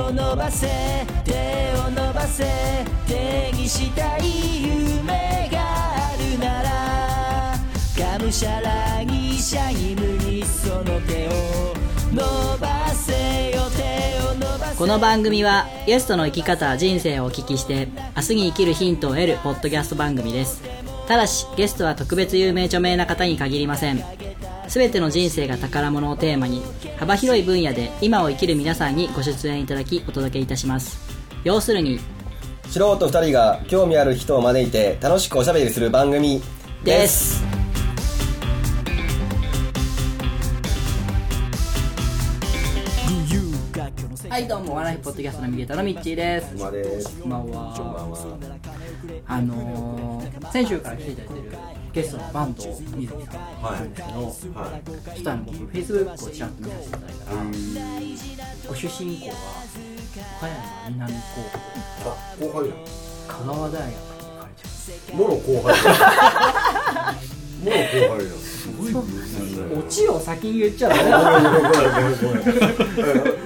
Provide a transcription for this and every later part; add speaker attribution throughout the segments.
Speaker 1: を伸ばせ手を伸ばせ手にしたい夢があるならがむしゃらにシャイムにその手を伸ばせよ手を伸ばせ
Speaker 2: この番組はゲストの生き方人生をお聞きして明日に生きるヒントを得るポッドキャスト番組ですただしゲストは特別有名著名な方に限りません全ての人生が宝物をテーマに幅広い分野で今を生きる皆さんにご出演いただきお届けいたします要するに
Speaker 3: 素人2人が興味ある人を招いて楽しくおしゃべりする番組
Speaker 2: ですはいどうもワナヒポッドキャストのミゲーターのミッチーです
Speaker 3: 馬です
Speaker 2: こんばんは
Speaker 3: こんばんは
Speaker 2: あのー、先週から来ていただいてるゲストのバンドを水木さんなんですけど、
Speaker 3: はい
Speaker 2: ちょっとあの僕フェイスブックをちらっと見させていただいたら、ご出身校が岡山南高
Speaker 4: あ後輩や
Speaker 2: 校香川大学に行かれちゃう
Speaker 4: もろ後輩やもろ後輩やすごい偶然だよ
Speaker 2: オチを先に言っちゃダメ だ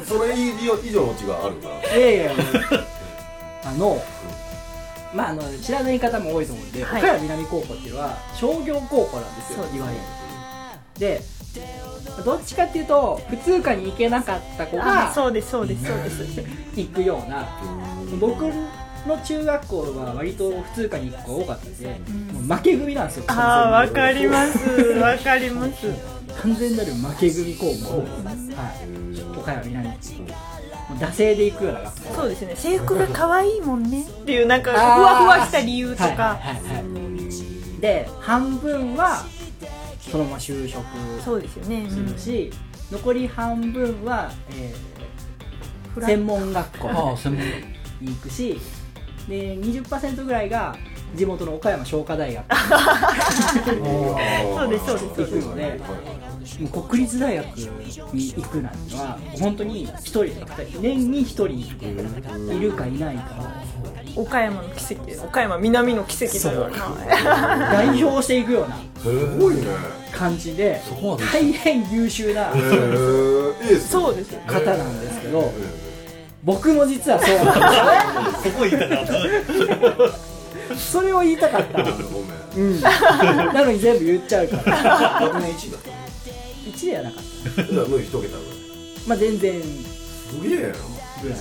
Speaker 4: それ以上のうちがあるから
Speaker 2: いやいやいやあのまああの知らない方も多いと思うんで、
Speaker 5: はい
Speaker 2: 岡山南高校っていうのは商業高校なんですよ
Speaker 5: そうです
Speaker 2: いわゆるでどっちかっていうと普通科に行けなかった子
Speaker 5: あ
Speaker 2: が
Speaker 5: そうですそうですそうです
Speaker 2: 行くような僕の中学校は割と普通科に行く子が多かったんで、もう負け組なんですよ
Speaker 5: ああわ
Speaker 2: 完
Speaker 5: かり ますわかります
Speaker 2: 全に完全なる負け組高校はい岡山南高もう惰性で行くような学校
Speaker 5: そうですね制服が可愛いもんねっていうなんかふ
Speaker 2: あー
Speaker 5: わふわした理由と
Speaker 2: は
Speaker 5: か
Speaker 2: いはいはいはいで半分はそのまま就職
Speaker 5: そうですよねうん
Speaker 2: するし、残り半分は、え
Speaker 5: フ
Speaker 2: ー、
Speaker 5: ラッ
Speaker 2: 専門学校に行くしで20%ぐらいが地元の岡山商科大学
Speaker 5: そうですそうですそうです
Speaker 2: 行くのでもう国立大学に行くなんてのは本当に1人とか2人年に1人いるかいないか
Speaker 5: 岡山の奇跡岡山南の奇跡だよな
Speaker 2: を代表していくような
Speaker 4: すごいね
Speaker 2: 感じで大変優秀な
Speaker 4: えー、エー ス
Speaker 5: そうですよ
Speaker 2: 方なんですけど僕も実はそうなんですそこ言いたかったそれを言いたかった
Speaker 4: ごめん
Speaker 2: うんなのに全部言っちゃうから
Speaker 4: 学年1位だった
Speaker 2: 1ではなかった
Speaker 4: じゃあもう一桁ぐらい
Speaker 2: まあ全然
Speaker 4: すげえな
Speaker 2: ぐらい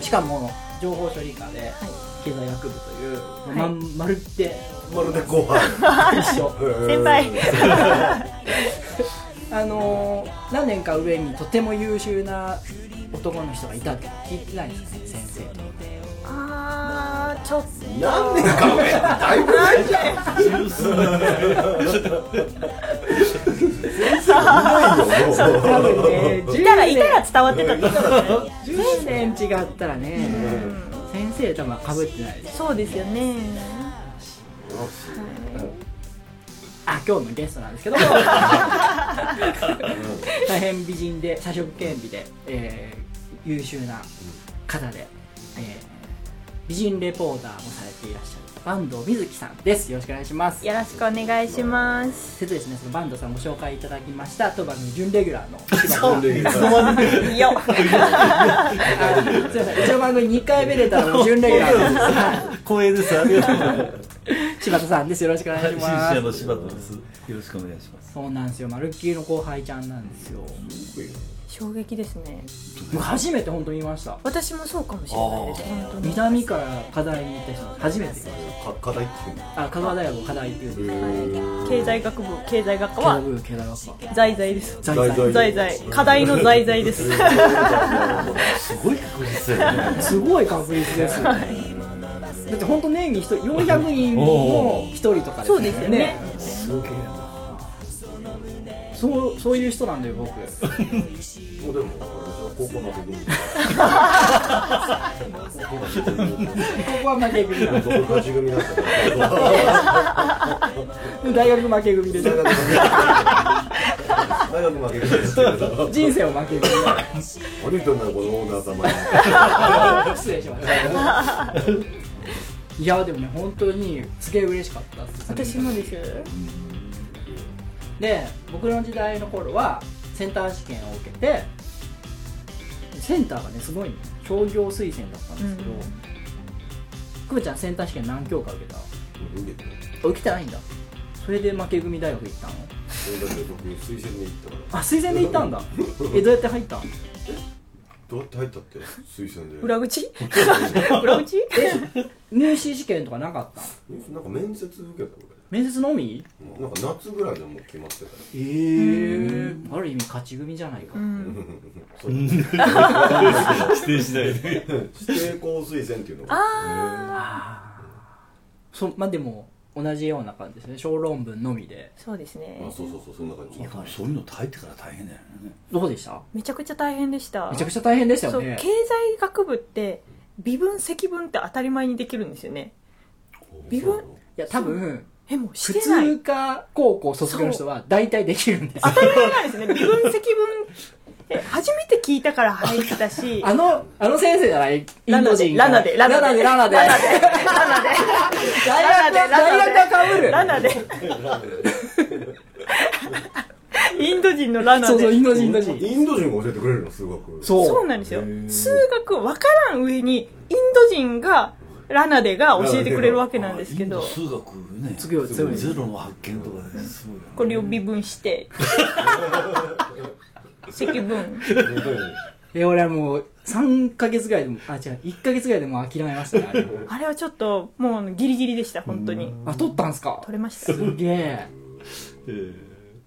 Speaker 2: しかも情報処理科で経済学部という、まんまるって
Speaker 4: まるで後輩
Speaker 2: 一緒
Speaker 5: 先輩
Speaker 2: あのー何年か上にとても優秀な男の人がいたって聞いてないんですかね先生と
Speaker 5: ああちょっと
Speaker 4: 何年か上だいぶないじゃん先生重い
Speaker 2: 多
Speaker 4: よもう
Speaker 2: 分ね10
Speaker 5: いたらいたら伝わってたと思う
Speaker 2: 10年違ったらね先生多分かぶってないです
Speaker 5: そうですよね
Speaker 2: あ今日のゲストなんですけど大変美人で社食兼備で、えー優秀な方で、えー美人レポーターもされていらっしゃる坂東瑞希さんですよろしくお願いします
Speaker 5: よろしくお願いします
Speaker 2: せずですね、そのバンドさんご紹介いただきました当番組準レギュラーの
Speaker 4: そう
Speaker 2: 柴田
Speaker 5: いいよ
Speaker 2: あすいませんうちの番組2回目出たのも準レギュラーですは
Speaker 6: 光栄です。ありがとうございます。
Speaker 2: い柴田さんですよろしくお願いし
Speaker 6: 新
Speaker 2: ま
Speaker 6: 社の
Speaker 2: す
Speaker 6: 柴田です。よろしくお願いします。
Speaker 2: そうなんですよマルッキーの後輩ちゃんなんですよ
Speaker 5: 衝撃ですね
Speaker 2: 僕初めて本当に見ました
Speaker 5: 私もそうかもしれないです本当に
Speaker 2: 南から課題に行った人初めて見まし
Speaker 4: か課題っていうの
Speaker 2: たあ香川大学の課題っていうんです
Speaker 5: 経済学部経済学科
Speaker 2: けど
Speaker 5: は
Speaker 2: ブーケダラッ
Speaker 5: 財財です
Speaker 2: パ
Speaker 4: 在在
Speaker 5: 財財課題の財財です
Speaker 6: すごい確実だよね。
Speaker 2: すごい確率ですよねだって本当年に1人400人の1人とかです
Speaker 5: そうですよね
Speaker 2: そうそういう人なんだよ 僕
Speaker 4: もうでも高校の時に
Speaker 2: ここは負け組なん
Speaker 4: 僕勝ち組だったから
Speaker 2: で大学負け組 でしょ
Speaker 4: 大学負けてるけど
Speaker 2: 人生を負け組
Speaker 4: 何言ってんだよこのオーナー様に
Speaker 2: 失礼しましたいやでもね本当にすげえ嬉しかったです
Speaker 5: 私もです
Speaker 2: で僕の時代の頃はセンター試験を受けてセンターがねすごいね商業推薦だったんですけど、
Speaker 5: うん
Speaker 2: くーちゃんセンター試験何教科受けた
Speaker 4: 俺受けてない
Speaker 2: あ受けてないんだそれで負け組大学行ったの
Speaker 4: 俺だって僕推薦で行ったか
Speaker 2: あ
Speaker 4: ら
Speaker 2: 推薦で行ったんだえどうやって入ったの
Speaker 4: どうやって入ったって推薦で
Speaker 5: 裏 口裏口
Speaker 2: 入試試験とかなかった
Speaker 4: なんか面接受けたみ
Speaker 2: 面接のみ
Speaker 4: たいななんか夏ぐらいでもう決まってたよ
Speaker 2: ええある意味勝ち組じゃないか、
Speaker 5: うん
Speaker 4: そう
Speaker 6: 否定しないで。
Speaker 4: 指定校推薦っていうのが
Speaker 5: ああ
Speaker 2: そまあでも同じような感じですね小論文のみで
Speaker 5: そうですね
Speaker 4: あそうそうそうそんな感じ
Speaker 6: そういうの耐えてから大変だよね。
Speaker 2: どうでした
Speaker 5: めちゃくちゃ大変でした
Speaker 2: めちゃくちゃ大変でした
Speaker 5: そ
Speaker 2: よ
Speaker 5: う
Speaker 2: ね
Speaker 5: 経済学部って微分積分って当たり前にできるんですよね微分
Speaker 2: いや多分
Speaker 5: えもうし
Speaker 2: 普
Speaker 5: てない
Speaker 2: 通科高校卒業の人は大体できるんですよ
Speaker 5: 当たり前なん ですね微分積分って初めて聞いたから入ったし
Speaker 2: あの、あの先生じゃないインド人が
Speaker 5: ラナでラ
Speaker 2: ラ
Speaker 5: ナ
Speaker 2: ナ
Speaker 5: で
Speaker 2: で、ラナで。大
Speaker 5: ラナ
Speaker 2: 学
Speaker 5: で
Speaker 2: は、大学は被る。
Speaker 5: ラナでインド人のラナで
Speaker 2: そうそう、インド人、インド人。
Speaker 4: インド人が教えてくれるの数学う
Speaker 2: そう。
Speaker 5: そうなんですよ数学わからん上にインド人がラナデが教えてくれるわけなんですけど
Speaker 6: 数学ね。
Speaker 2: すごい強い
Speaker 6: ゼロの発見とかね。すごいよね
Speaker 5: これを微分して積分
Speaker 2: え、俺はもう、3ヶ月ぐらいでも、あ、違う、1ヶ月ぐらいでもう諦めましたね、あれ
Speaker 5: あれはちょっともうギリギリでした本当に
Speaker 2: あ、取ったんすか
Speaker 5: 取れましたもう
Speaker 2: すげえ。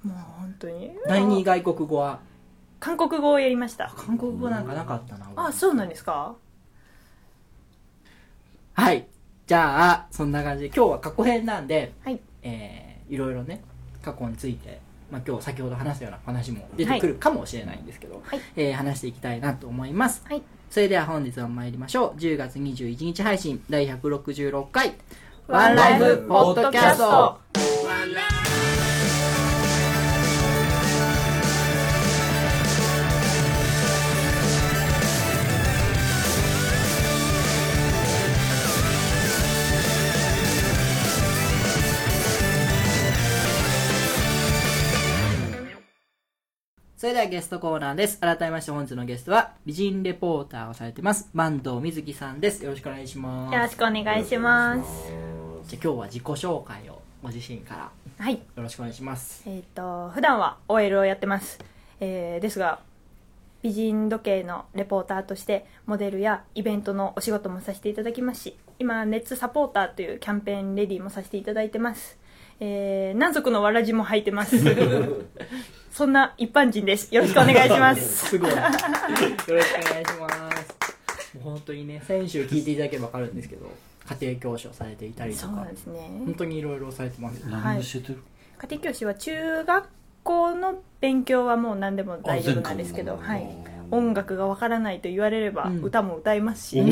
Speaker 5: 本当に
Speaker 2: 第二外国語は、
Speaker 5: 韓国語をやりました
Speaker 2: 韓国語なんかなかったな。俺
Speaker 5: あそうなんですか
Speaker 2: はい。じゃあ、そんな感じで、今日は過去編なんで、
Speaker 5: はい
Speaker 2: えーいろいろね、過去について、まあ、今日先ほど話したような話も出てくるかもしれないんですけど、
Speaker 5: はい
Speaker 2: えー話していきたいなと思います。
Speaker 5: はい
Speaker 2: それでは本日も参りましょう。10月21日配信第166回、
Speaker 5: ワンライフポッドキャスト
Speaker 2: それではゲストコーナーです。改めまして本日のゲストは、美人レポーターをされてます、坂東瑞希さんです。よろしくお願いします。
Speaker 5: よろしくお願いします
Speaker 2: じゃあ今日は自己紹介をご自身から
Speaker 5: はい
Speaker 2: よろしくお願いします。
Speaker 5: えっ、と普段は OL をやってます、えーですが美人時計のレポーターとしてモデルやイベントのお仕事もさせていただきますし今ネッツサポーターというキャンペーンレディーもさせていただいてますえー、何足のわらじも履いてます そんな一般人ですよろしくお願いします
Speaker 2: すごい。よろしくお願いします。もう本当にね、先週聞いていただければわかるんですけど、家庭教師をされていたりと
Speaker 5: そう
Speaker 2: か
Speaker 5: なん、ですね
Speaker 2: 本当にいろいろされてますよね。
Speaker 6: 何を教えてる
Speaker 5: 家庭教師は中学校の勉強はもう何でも大丈夫なんですけど、
Speaker 6: あ全
Speaker 5: は
Speaker 6: 科目
Speaker 5: い、音楽がわからないと言われれば
Speaker 2: うん
Speaker 5: 歌も歌いますし、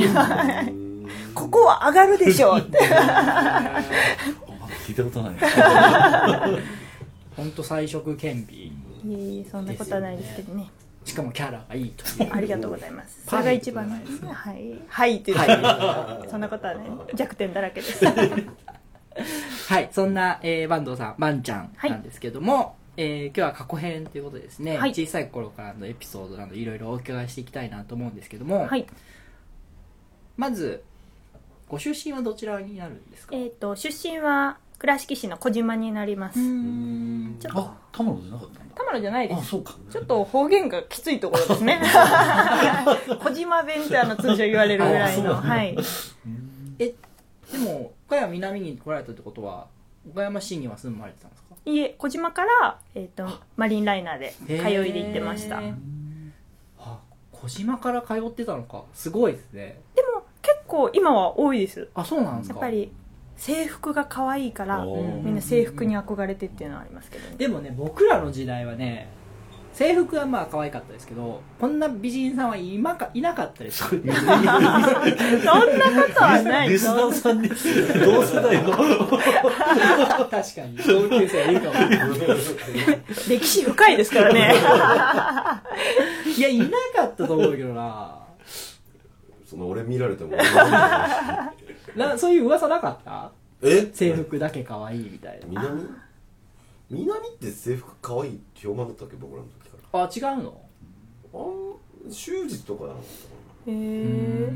Speaker 5: ここは上がるでしょう
Speaker 6: あまだ聞いたことない。
Speaker 2: 本当彩色兼備。
Speaker 5: いえいえそんなことはないですけどね
Speaker 2: しかもキャラがいいという。
Speaker 5: ありがとうございますそ
Speaker 2: パー
Speaker 5: れ
Speaker 2: フ
Speaker 5: が
Speaker 2: ェクト
Speaker 5: 一番なんですねはいはいって言って、そんなことはない弱点だらけです
Speaker 2: はい、そんな、えー、坂東さん、バンちゃん
Speaker 5: はい
Speaker 2: なんですけども、えー今日は過去編ということでですね、
Speaker 5: はい
Speaker 2: 小さい頃からのエピソードなどいろいろお伺いしていきたいなと思うんですけども、
Speaker 5: はい
Speaker 2: まず、ご出身はどちらになるんですか
Speaker 5: えっ、と出身は倉敷市の小島になります
Speaker 2: ん
Speaker 5: ちょっと
Speaker 6: あ、タマロじゃなかったんだ。
Speaker 5: 田村じゃないで
Speaker 6: あ、
Speaker 5: す
Speaker 6: そうか。
Speaker 5: ちょっと方言がきついところですね 小島ベンチャーの通称言われるぐらいの、
Speaker 6: あそうなんだ
Speaker 5: はい
Speaker 2: でも、岡山南に来られたってことは、岡山市には住まれてたんですか
Speaker 5: いえ小島から、えー、とマリンライナーで通
Speaker 2: へー
Speaker 5: いで行ってましたでも
Speaker 2: あ小島から通ってたのか。すごいですね。
Speaker 5: 結構今は多いです
Speaker 2: あ、そうなんです
Speaker 5: や
Speaker 2: か
Speaker 5: っぱり制服が可愛いから
Speaker 6: おー
Speaker 5: みんな制服に憧れてっていうのはありますけ どね
Speaker 2: でもね僕らの時代はね制服はまあ可愛かったですけどこんな美人さんはいまかいなかったですよ
Speaker 5: そんなことはない
Speaker 6: リスナーさんに同世代の
Speaker 2: 確かに同級生はいるかも
Speaker 5: 歴史深いですから ね
Speaker 2: いやいなかったと思うけどな
Speaker 4: その俺見られ ても
Speaker 2: なそういう噂なかった
Speaker 4: え
Speaker 2: 制服だけ可愛いみたいな
Speaker 4: 南南って制服可愛いって評判だったっけ僕らの時から
Speaker 2: あ違うの
Speaker 4: あん終日とかなの
Speaker 5: へえ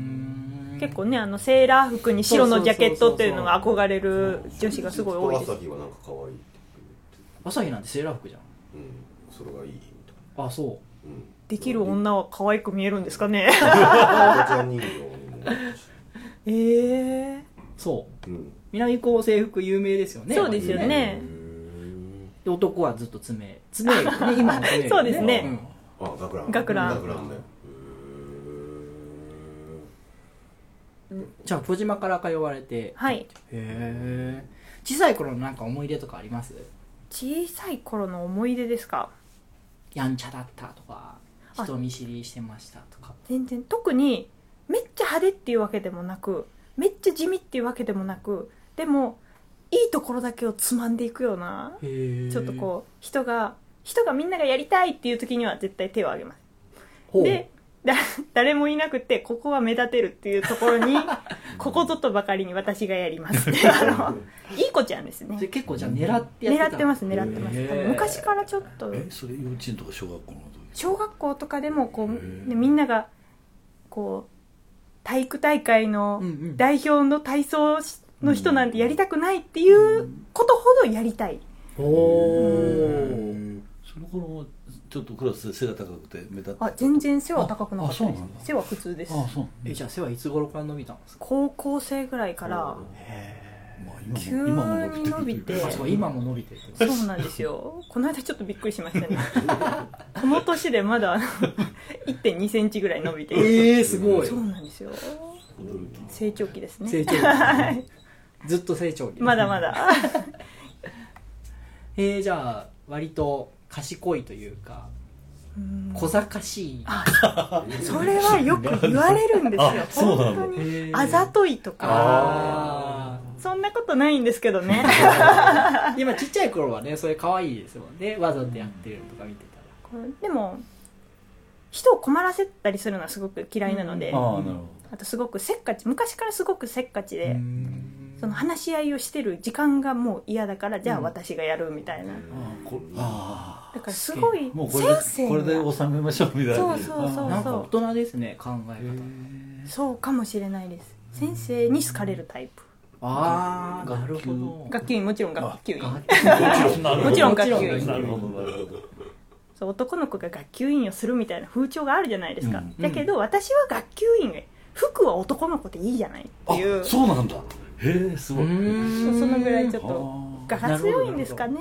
Speaker 5: 結構ねあのセーラー服に白のジャケットっていうのが憧れる女子がすごい多いです
Speaker 4: 朝日はなんか可愛いって
Speaker 2: 朝日なんてセーラー服じゃん
Speaker 4: 言ってうんそれがいいみたい
Speaker 2: あそう
Speaker 4: なうん
Speaker 5: できる女は可愛く見えるんですかね
Speaker 4: 赤ちゃん人形にもなるし
Speaker 5: ええ
Speaker 2: そう
Speaker 4: うん
Speaker 2: 南高制服有名ですよね
Speaker 5: そうですよね
Speaker 2: で男はずっと爪 爪、ね、今の爪
Speaker 5: そうですね
Speaker 4: あ学ラン
Speaker 5: 学ラン
Speaker 4: 学ランだよ
Speaker 2: うんじゃあ小島から通われて
Speaker 5: はい
Speaker 2: へえ小さい頃のなんか思い出とかあります
Speaker 5: 小さい頃の思い出ですか
Speaker 2: やんちゃだったとか
Speaker 5: あ
Speaker 2: 人見知りしてましたとか
Speaker 5: 全然特にめっちゃ派手っていうわけでもなくめっちゃ地味っていうわけでもなくでもいいところだけをつまんでいくようなちょっとこう人が人がみんながやりたいっていう時には絶対手を挙げます
Speaker 2: ほう
Speaker 5: でだ誰もいなくてここは目立てるっていうところ にここぞとばかりに私がやりますあのいい子ちゃんです
Speaker 2: で
Speaker 5: ね
Speaker 2: 結構じゃあ狙ってやってた
Speaker 5: 狙ってます狙ってます
Speaker 2: へー
Speaker 5: 昔からちょっと
Speaker 6: えそれ幼稚園とか小学校の時
Speaker 5: 小学校とかでもこう、
Speaker 6: ー
Speaker 5: ねみんながこう体育大会の
Speaker 2: うんうん
Speaker 5: 代表の体操の人なんてやりたくないっていうことほどやりたい、
Speaker 2: おお
Speaker 6: その頃ちょっとクラスで背が高くて目立って
Speaker 5: あ全然背は高くなかった
Speaker 6: ああ
Speaker 5: で
Speaker 6: そう
Speaker 5: す
Speaker 6: なんだ
Speaker 5: 背は普通です
Speaker 6: あそう
Speaker 2: えじゃあ背はいつ頃から伸びたんですか
Speaker 5: 高校生ぐらいから
Speaker 6: まあ
Speaker 5: 急
Speaker 6: 今も
Speaker 5: に
Speaker 6: 今も伸
Speaker 5: 伸
Speaker 6: び
Speaker 5: び
Speaker 6: てる
Speaker 5: て
Speaker 2: あそう今も伸びてる
Speaker 5: そうなんですよ この間ちょっとびっくりしましたねこの年でまだあの1 2センチぐらい伸びている
Speaker 2: ええすごい
Speaker 5: そうなんですよ
Speaker 6: 驚き
Speaker 5: 成長期です
Speaker 2: 成
Speaker 5: ね
Speaker 2: 長 期
Speaker 5: はい
Speaker 2: ずっと成長期
Speaker 5: まだまだ
Speaker 2: えー、じゃあ割と賢いというか
Speaker 5: うん
Speaker 2: 小賢しい
Speaker 5: それはよく言われるん ですよ
Speaker 6: そうなの
Speaker 5: 本当に
Speaker 2: へー
Speaker 5: あざといとか
Speaker 2: あ
Speaker 5: そんなことないんですけど ね
Speaker 2: ー今ちっちゃい頃はねそれ可愛いですもんねわざとやってるのとか見てたら
Speaker 5: こうでも人を困らせたりするのはすごく嫌いなので、
Speaker 6: ああなるほ
Speaker 5: あとすごくせっかち昔からすごくせっかちで、
Speaker 2: うん
Speaker 5: その話し合いをしてる時間がもう嫌だからじゃあ私がやるみたいな、
Speaker 6: どああこあ
Speaker 5: だからすごい
Speaker 6: あもうこれで
Speaker 5: 先生
Speaker 6: これで
Speaker 5: が
Speaker 6: 収めましょうみたいな
Speaker 5: そうそうそう
Speaker 2: なんか大人ですね考え方
Speaker 5: そうかもしれないです先生に好かれるタイプ
Speaker 2: ああなるほど
Speaker 5: 学級委員もちろん学級委員
Speaker 6: あ
Speaker 5: もちろん学級委員
Speaker 6: なるほどなるほど
Speaker 5: そう男の子が学級委員をするみたいな風潮があるじゃないですか、
Speaker 6: うん
Speaker 5: だけど私は学級委員が服は男の子でいいじゃないっていう
Speaker 6: あそうなんだへえすごい
Speaker 5: そうそのぐらいちょっ
Speaker 6: あ
Speaker 5: と
Speaker 6: あ
Speaker 5: が強いんですかね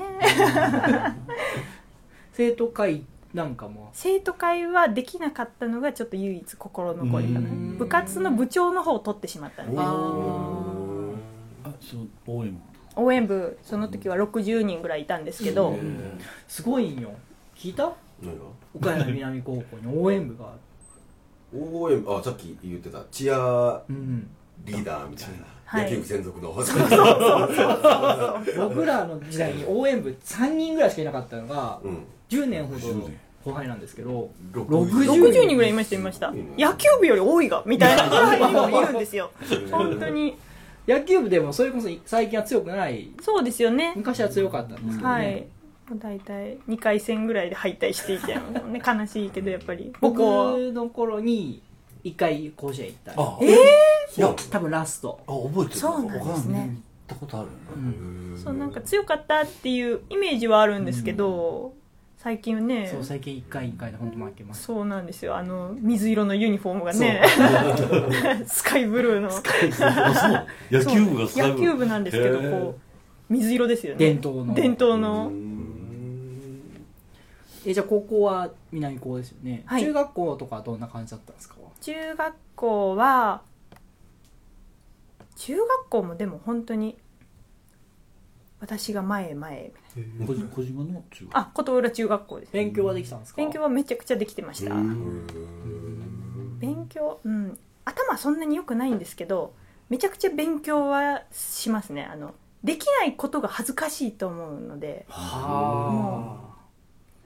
Speaker 2: 生徒会なんかも
Speaker 5: 生徒会はできなかったのがちょっと唯一心残りかな
Speaker 2: うん
Speaker 5: 部活の部長の方を取ってしまったんです
Speaker 2: あ
Speaker 6: あそう多いもん
Speaker 5: 応援部その時は60人ぐらいいたんですけど
Speaker 2: ーすごいんよ聞いた
Speaker 4: 何が
Speaker 2: 岡山南高校に応援部がある
Speaker 4: 応援あさっき言ってたチア
Speaker 2: うん
Speaker 4: リーダーみたい
Speaker 5: は
Speaker 4: ない野球部専属の
Speaker 2: 僕らの時代に応援部3人ぐらいしかいなかったのが
Speaker 4: うん
Speaker 2: 10年ほど後輩なんですけど
Speaker 4: 60
Speaker 5: 60人ぐらいいましたいました野球部より多いがみたいなぐらい今いるんですよ本当に
Speaker 2: 野球部でもそれこそ最近は強くない
Speaker 5: そうですよね
Speaker 2: 昔は強かったんですけど、ね
Speaker 5: はいもう大体2回戦ぐらいで敗退していて、もう ね、悲しいけどやっぱり
Speaker 2: 僕
Speaker 5: 僕は
Speaker 2: の頃に1回甲子園行った
Speaker 6: あ
Speaker 2: え
Speaker 6: え
Speaker 2: いや多分ラスト
Speaker 6: あ覚えてる
Speaker 5: そうなんですね
Speaker 6: 他の見たことあるよね
Speaker 5: そうなんか強かったっていうイメージはあるんですけど、最近ね
Speaker 2: そう最近1回1回で本当負けました
Speaker 5: そうなんですよあの水色のユニフォームがね スカイブルーの
Speaker 6: あそう野球部がスカイ
Speaker 5: 野球部なんですけどこう水色ですよね
Speaker 2: 伝統の
Speaker 5: 伝統の
Speaker 2: えじゃあ高校は南高ですよね、
Speaker 5: はい
Speaker 2: 中学校とかはどんな感じだったんですか
Speaker 5: 中学校は中学校もでも本当に私が前へ前へみたい
Speaker 6: へー小島の中学
Speaker 5: なあ琴浦中学校です
Speaker 2: 勉強はできたんですか
Speaker 5: 勉強はめちゃくちゃできてました勉強うん頭そんなに良くないんですけどめちゃくちゃ勉強はしますねあのできないことが恥ずかしいと思うので
Speaker 2: は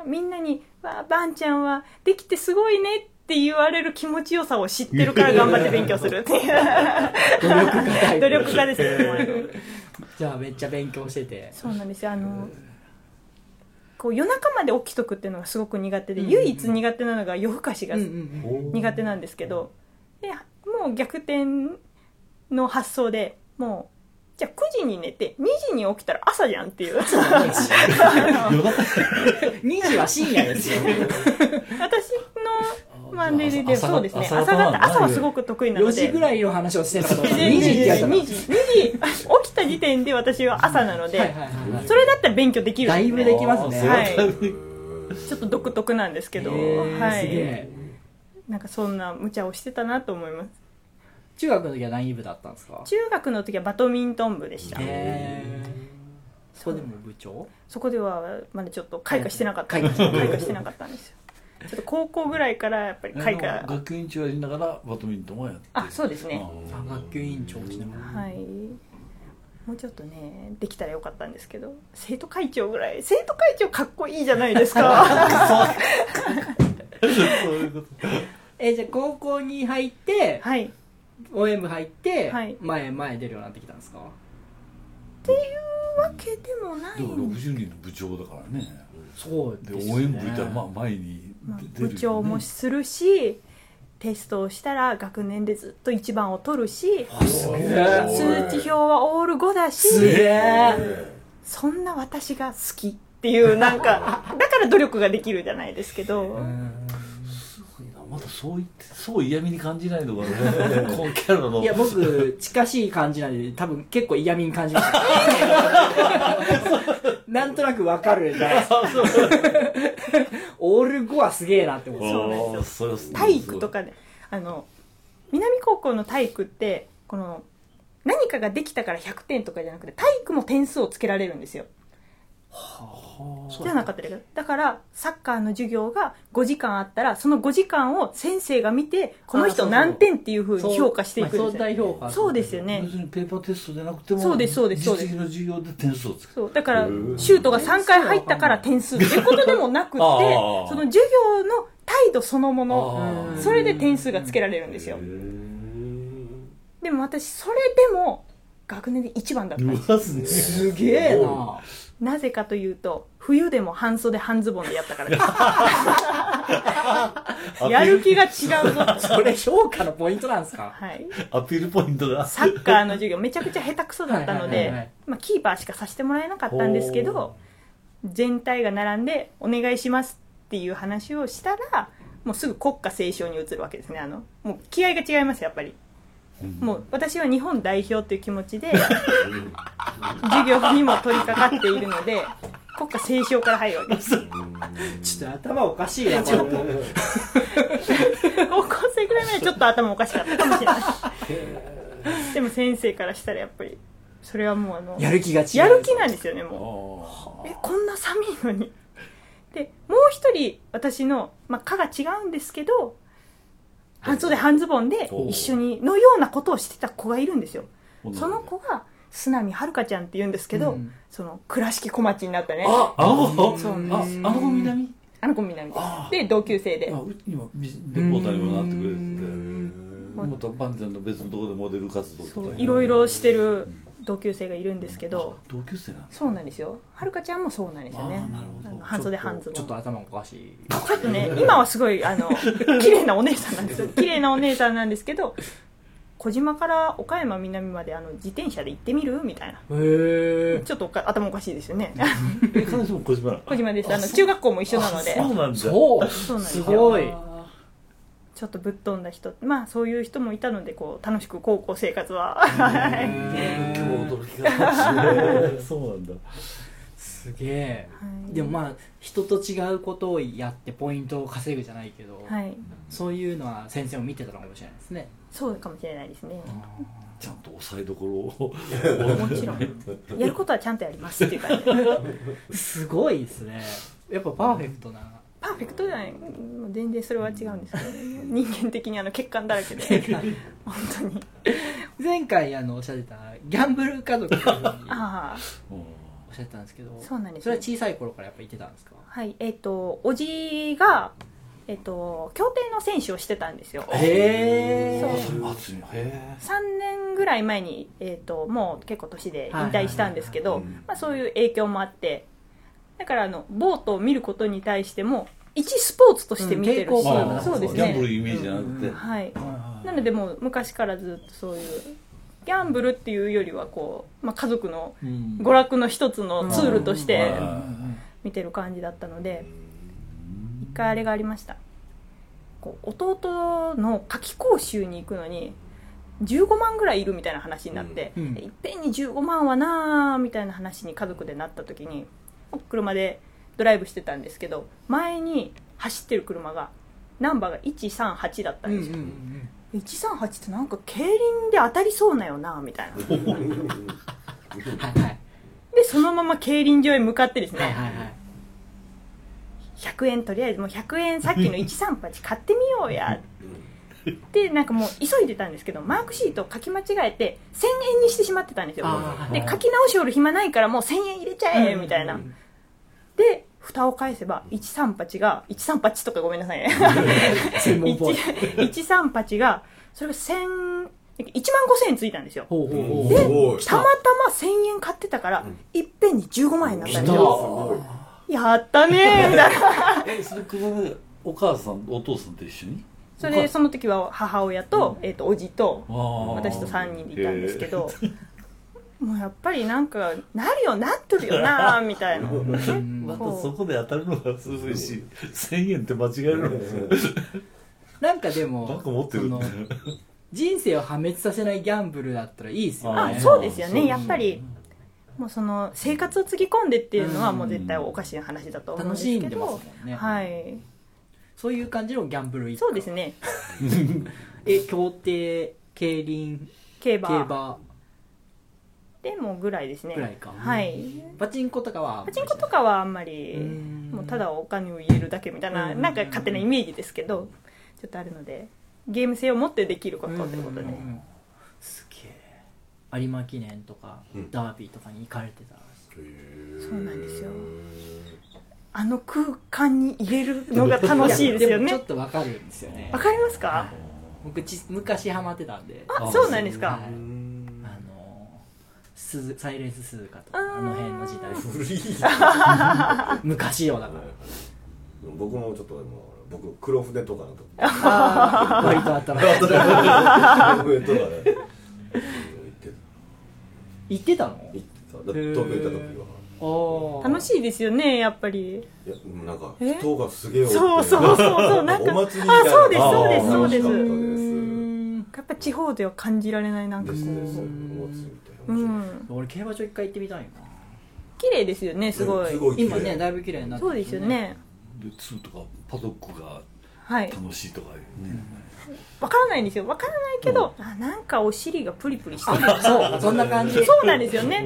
Speaker 5: みんなに「わあばんちゃんはできてすごいね」って言われる気持ちよさを知ってるから頑張って勉強するって いう
Speaker 2: あ努力家タイ
Speaker 5: 努
Speaker 2: プ
Speaker 5: 力家ですけども
Speaker 2: じゃあめっちゃ勉強してて
Speaker 5: そうなんですよあのこう夜中まで起きとくっていうのがすごく苦手で、
Speaker 2: うん
Speaker 5: 唯一苦手なのが夜更かしが
Speaker 2: うんうん
Speaker 5: 苦手なんですけど、でもう逆転の発想でもうじゃあ9時に寝て2時に起きたら朝じゃんっていうあの
Speaker 2: う
Speaker 6: 夜中
Speaker 2: ん、2時は深夜です よ
Speaker 5: 私のマンネリで
Speaker 6: 朝
Speaker 5: そうですね
Speaker 6: 朝
Speaker 5: 朝
Speaker 6: 方なんだ
Speaker 5: 方朝はすごく得意なの
Speaker 2: 4
Speaker 5: で
Speaker 2: 時ぐらいの話をしてたの
Speaker 5: で
Speaker 2: が2時ってやつだ
Speaker 5: 2時2時2時起きた時点で私は朝なので、
Speaker 2: はいはいはいはい
Speaker 5: それだったら勉強できる
Speaker 2: だいぶできます
Speaker 6: あ
Speaker 2: ね
Speaker 6: ー
Speaker 5: はい
Speaker 6: そうだね
Speaker 5: ちょっと独特なんですけど、
Speaker 2: えー
Speaker 5: は
Speaker 2: すげ
Speaker 5: い、
Speaker 2: え
Speaker 5: なんかそんな無茶をしてたなと思います
Speaker 2: 中学の時は何部だったんですか
Speaker 5: 中学の時はバドミントン部でした、
Speaker 2: へえそこでも部長
Speaker 5: そこではまだちょっと開花してなかった
Speaker 2: 開
Speaker 5: 開
Speaker 2: 花
Speaker 5: 花してなかったんです よちょっと高校ぐらいからやっぱり開
Speaker 6: あの
Speaker 5: 花
Speaker 6: 学院中やりながらバドミントンをやって
Speaker 5: あそうですね
Speaker 6: あ
Speaker 2: あ学級委員長をしても
Speaker 5: はいもうちょっとねできたらよかったんですけど生徒会長ぐらい生徒会長かっこいいじゃないです か
Speaker 6: ーそういうこと
Speaker 2: えじゃあ高校に入って
Speaker 5: はいっ
Speaker 2: OM 入って
Speaker 5: はい
Speaker 2: 前へ前へ出るようになってきたんですか
Speaker 5: ていうわけでもない
Speaker 6: でも60人の部長だからね
Speaker 2: そう
Speaker 6: で応援部いたらまあ前に
Speaker 5: まあ
Speaker 6: 出るよね
Speaker 5: 部長もするしテストをしたら学年でずっと一番を取るし数値表はオール5だし
Speaker 2: すげえ
Speaker 5: そんな私が好きっていうなんかだから努力ができるじゃないですけど
Speaker 6: まだそう言ってそう嫌味に感じないの がねこのキャラの
Speaker 2: いや僕近しい感じなんで多分結構嫌味に感じました なんとなくわかるじゃないですか オール5はすげえなって思って
Speaker 5: うなんですよ
Speaker 6: そうですね
Speaker 5: 体育とかであの南高校の体育ってこの何かができたから100点とかじゃなくて体育も点数をつけられるんですよじゃなかったですだからサッカーの授業が5時間あったらその5時間を先生が見てこの
Speaker 2: あそう
Speaker 5: 人
Speaker 2: そう
Speaker 5: 何点っていうふうに評価していくんです
Speaker 2: そう
Speaker 5: よ
Speaker 2: 相対評価
Speaker 5: そうですよね
Speaker 6: 別にペーパーテストじゃなくても
Speaker 5: そうですそうですそうです
Speaker 6: 実績の授業で点数をつける
Speaker 5: そうだからシュートが3回入ったから点数っていうことでもなくって
Speaker 6: あー
Speaker 5: その授業の態度そのもの
Speaker 6: あー
Speaker 5: それで点数がつけられるんですよでも私それでも学年で一番だったんです
Speaker 6: まずね
Speaker 2: すげえ な
Speaker 5: なぜかというと冬でも半袖半ズボンでやった からですやる気が違うぞ
Speaker 2: それ評価のポイントなんですか
Speaker 5: はい
Speaker 6: アピールポイントが
Speaker 5: サッカーの授業めちゃくちゃ下手くそだったの
Speaker 2: はいはいはいは
Speaker 5: で
Speaker 2: い
Speaker 5: まあキーパーしかさせてもらえなかったんですけど全体が並んで「お願いします」っていう話をしたらもうすぐ国歌斉唱に移るわけですねあのもう気合が違いますやっぱり。もう私は日本代表という気持ちで授業にも取り掛かっているので国歌斉唱から入るわけです
Speaker 2: ちょっと頭おかしいなちょっと
Speaker 5: 高校生ぐらいまでちょっと頭おかしかったかもしれないでも先生からしたらやっぱりそれはもうあの
Speaker 2: やる気が違う
Speaker 5: やる気なんですよね
Speaker 6: あ
Speaker 5: も
Speaker 6: ー
Speaker 5: うえこんな寒いのにでもう一人私の、まあ、科が違うんですけど半袖半ズボンで一緒にのようなことをしてた子がいるんですよその子が須波遥香ちゃんって言うんですけど、
Speaker 2: うん
Speaker 5: その倉敷小町になったね
Speaker 6: ああの子
Speaker 5: そうなん
Speaker 6: あ
Speaker 5: です
Speaker 6: あの子南
Speaker 5: あの子みんなですで同級生で
Speaker 6: あう今みレポーターにもなってくれててまたバンちゃんの別のところでモデル活動と
Speaker 5: そう
Speaker 6: か
Speaker 5: いろいろしてる同級生がいるんですけど
Speaker 6: 同級生なんです
Speaker 5: そうなんですよはるかちゃんもそうなんですよね
Speaker 6: あーなるほど
Speaker 5: あの半袖半ズ
Speaker 2: ち
Speaker 5: ボ
Speaker 2: ょっ
Speaker 5: ン
Speaker 2: と頭おかしい
Speaker 5: ちょっとね今はすごいあ の綺麗なお姉さんなんですよ綺麗なお姉さんなんですけど小島から岡山南まであの自転車で行ってみるみたいな
Speaker 2: へえ
Speaker 5: ちょっとおか頭おかしいですよね
Speaker 6: え彼女も小島なの
Speaker 5: 小島ですあの中学校も一緒なので
Speaker 6: そうなんだ
Speaker 2: そう
Speaker 5: そうなんです
Speaker 2: す
Speaker 5: よ
Speaker 2: ごい
Speaker 5: ちょっとぶっ飛んだ人まあそういう人もいたのでこう楽しく高校生活ははい
Speaker 6: 今日驚き がそうなんだ
Speaker 2: すげえでもまあ人と違うことをやってポイントを稼ぐじゃないけど、
Speaker 5: はい
Speaker 2: そういうのは先生も見てたのかもしれないですね
Speaker 5: そうかもしれないですね
Speaker 6: ちゃんと抑えどころ を
Speaker 5: もちろんやることはちゃんとやりますっていう感じ で
Speaker 2: すごいですねやっぱパーフェク トな
Speaker 5: パーフェクトじゃないもう全然それは違うんですけど、ね、人間的にあの欠陥だらけで本当に
Speaker 2: 前回あのおっしゃってたギャンブル家族っていうふうに
Speaker 5: ああ
Speaker 2: おっしゃってたんですけど
Speaker 5: そうなんです
Speaker 2: それは小さい頃からやっぱ言ってたんですか
Speaker 5: はいえっ、とおじがえっ、と競艇の選手をしてたんですよ
Speaker 2: へ
Speaker 5: そう
Speaker 6: 松にへ
Speaker 5: 3年ぐらい前に、えー、ともう結構年で引退したんですけど、
Speaker 6: はいはいはいはい
Speaker 5: まあ、そういう影響もあってだからあのボートを見ることに対しても一スポーツとして見てるし、
Speaker 2: うん傾向
Speaker 6: まあ
Speaker 5: そうです
Speaker 6: ギャンブル
Speaker 5: ね
Speaker 6: イメージじゃなくて、
Speaker 5: はい
Speaker 2: はい
Speaker 5: なのでもう昔からずっとそういうギャンブルっていうよりはこう、まあ、家族の
Speaker 2: うん
Speaker 5: 娯楽の一つのツールとして
Speaker 6: う
Speaker 2: う
Speaker 6: ん
Speaker 2: んうん
Speaker 5: 見てる感じだったので一回あれがありましたこう弟の夏期講習に行くのに15万ぐらいいるみたいな話になって、
Speaker 2: うんうん
Speaker 5: いっぺんに15万はなあみたいな話に家族でなった時に車でドライブしてたんですけど前に走ってる車がナンバーが138だったん
Speaker 2: うん
Speaker 5: で
Speaker 2: うん
Speaker 5: すよ、
Speaker 2: うん
Speaker 5: 138ってなんか競輪で当たりそうなよなみたいな
Speaker 2: はいはい
Speaker 5: でそのまま競輪場へ向かってですね、
Speaker 2: はいはいはい
Speaker 5: 100円とりあえずもう100円さっきの138買ってみようやでなんかもう急いでたんですけどマークシートを書き間違えて1000円にしてしまってたんですよ
Speaker 2: あー
Speaker 5: で書き直しおる暇ないからもう1000円入れちゃえみたいなで蓋を返せば138が138とかごめんなさいね
Speaker 2: 専門っぽい
Speaker 5: 138がそれが1000 1万5000円ついたんですよ
Speaker 2: ほうほうほう
Speaker 5: でた
Speaker 4: お
Speaker 5: ま
Speaker 4: い
Speaker 5: たま1000円買ってたからいっぺんに15万円になったんです
Speaker 2: 来
Speaker 5: よやったねーみたいな
Speaker 6: えそれ車でお母さんお父さんと一緒に
Speaker 5: それその時は母親と,、えー、とおじと私
Speaker 6: 私
Speaker 5: と3人でいたんですけど、もうやっぱりなんかなるよなっとるよ なみたいな
Speaker 6: またそこで当たるのがすごいし1000円って間違えるのも
Speaker 2: なんかでも
Speaker 6: なんか持ってる
Speaker 2: その人生を破滅させないギャンブルだったらいいですよ
Speaker 5: あ
Speaker 2: ね
Speaker 5: そうですよ
Speaker 6: そう
Speaker 5: ねやっぱりもうその生活をつぎ込んでっていうのは
Speaker 2: うん
Speaker 5: もう絶対おかしい話だと思うん
Speaker 2: 楽
Speaker 5: です
Speaker 2: しん
Speaker 5: け
Speaker 2: でま
Speaker 5: ど
Speaker 2: すもんね、
Speaker 5: はい
Speaker 2: そういう感じのギャンブル一家
Speaker 5: そうですね
Speaker 2: え競艇競輪
Speaker 5: 競馬
Speaker 2: 競馬
Speaker 5: でもぐらいですね
Speaker 2: ぐらいか
Speaker 5: はい
Speaker 2: パチンコとかは
Speaker 5: パチンコとかはあんまり
Speaker 2: うん
Speaker 5: もうただお金を入れるだけみたいな
Speaker 2: うん
Speaker 5: なんか勝手なイメージですけどちょっとあるのでゲーム性を持ってできることってことで、
Speaker 2: うんうんうんすげえ有馬記念とかダービーとかに行かれてたらしい
Speaker 5: そうなんですよあの空間に入れるのが楽しいですよ
Speaker 2: やもちょ
Speaker 5: ね
Speaker 2: っとわかるんですよね
Speaker 5: わかりますか
Speaker 2: 僕ち昔ハマってたんで
Speaker 5: あそうなんですか
Speaker 2: はいあの鈴サイレンス鈴鹿とか
Speaker 5: あ
Speaker 2: あ
Speaker 5: ー
Speaker 2: の辺の時代
Speaker 4: 古い
Speaker 2: 昔よだか
Speaker 4: 僕もちょっともう僕黒船とかのと
Speaker 2: ら割とあったら
Speaker 4: 黒船とかね行って
Speaker 2: 行ってたの
Speaker 4: 行ってただ東京行った時は
Speaker 2: お
Speaker 5: 楽しいですよねやっぱり
Speaker 4: いやなんか
Speaker 5: え
Speaker 4: 人がすげえ多くて
Speaker 5: そうそうそうそうなんか
Speaker 4: お祭りみたい
Speaker 5: あ
Speaker 4: な
Speaker 5: そうですそうですそうです
Speaker 4: あー楽しか
Speaker 5: や
Speaker 4: っ
Speaker 5: っぱ地方では感じられないなん
Speaker 4: た
Speaker 5: か
Speaker 4: で
Speaker 5: こ
Speaker 4: すですです
Speaker 5: う
Speaker 4: お祭りみたいな
Speaker 5: うん
Speaker 2: 俺競馬場一回行ってみたいな
Speaker 5: 綺麗ですよねすごい
Speaker 4: すごい綺麗
Speaker 2: 今ねだいぶ綺麗になって
Speaker 5: そう
Speaker 2: る
Speaker 5: ですよね
Speaker 6: で2とかパドックが
Speaker 5: はい
Speaker 6: 楽しいとかね
Speaker 5: わからないんですよわからないけどあなんかお尻がプリプリしてる
Speaker 2: そうそんな感じ
Speaker 5: そうなんですよね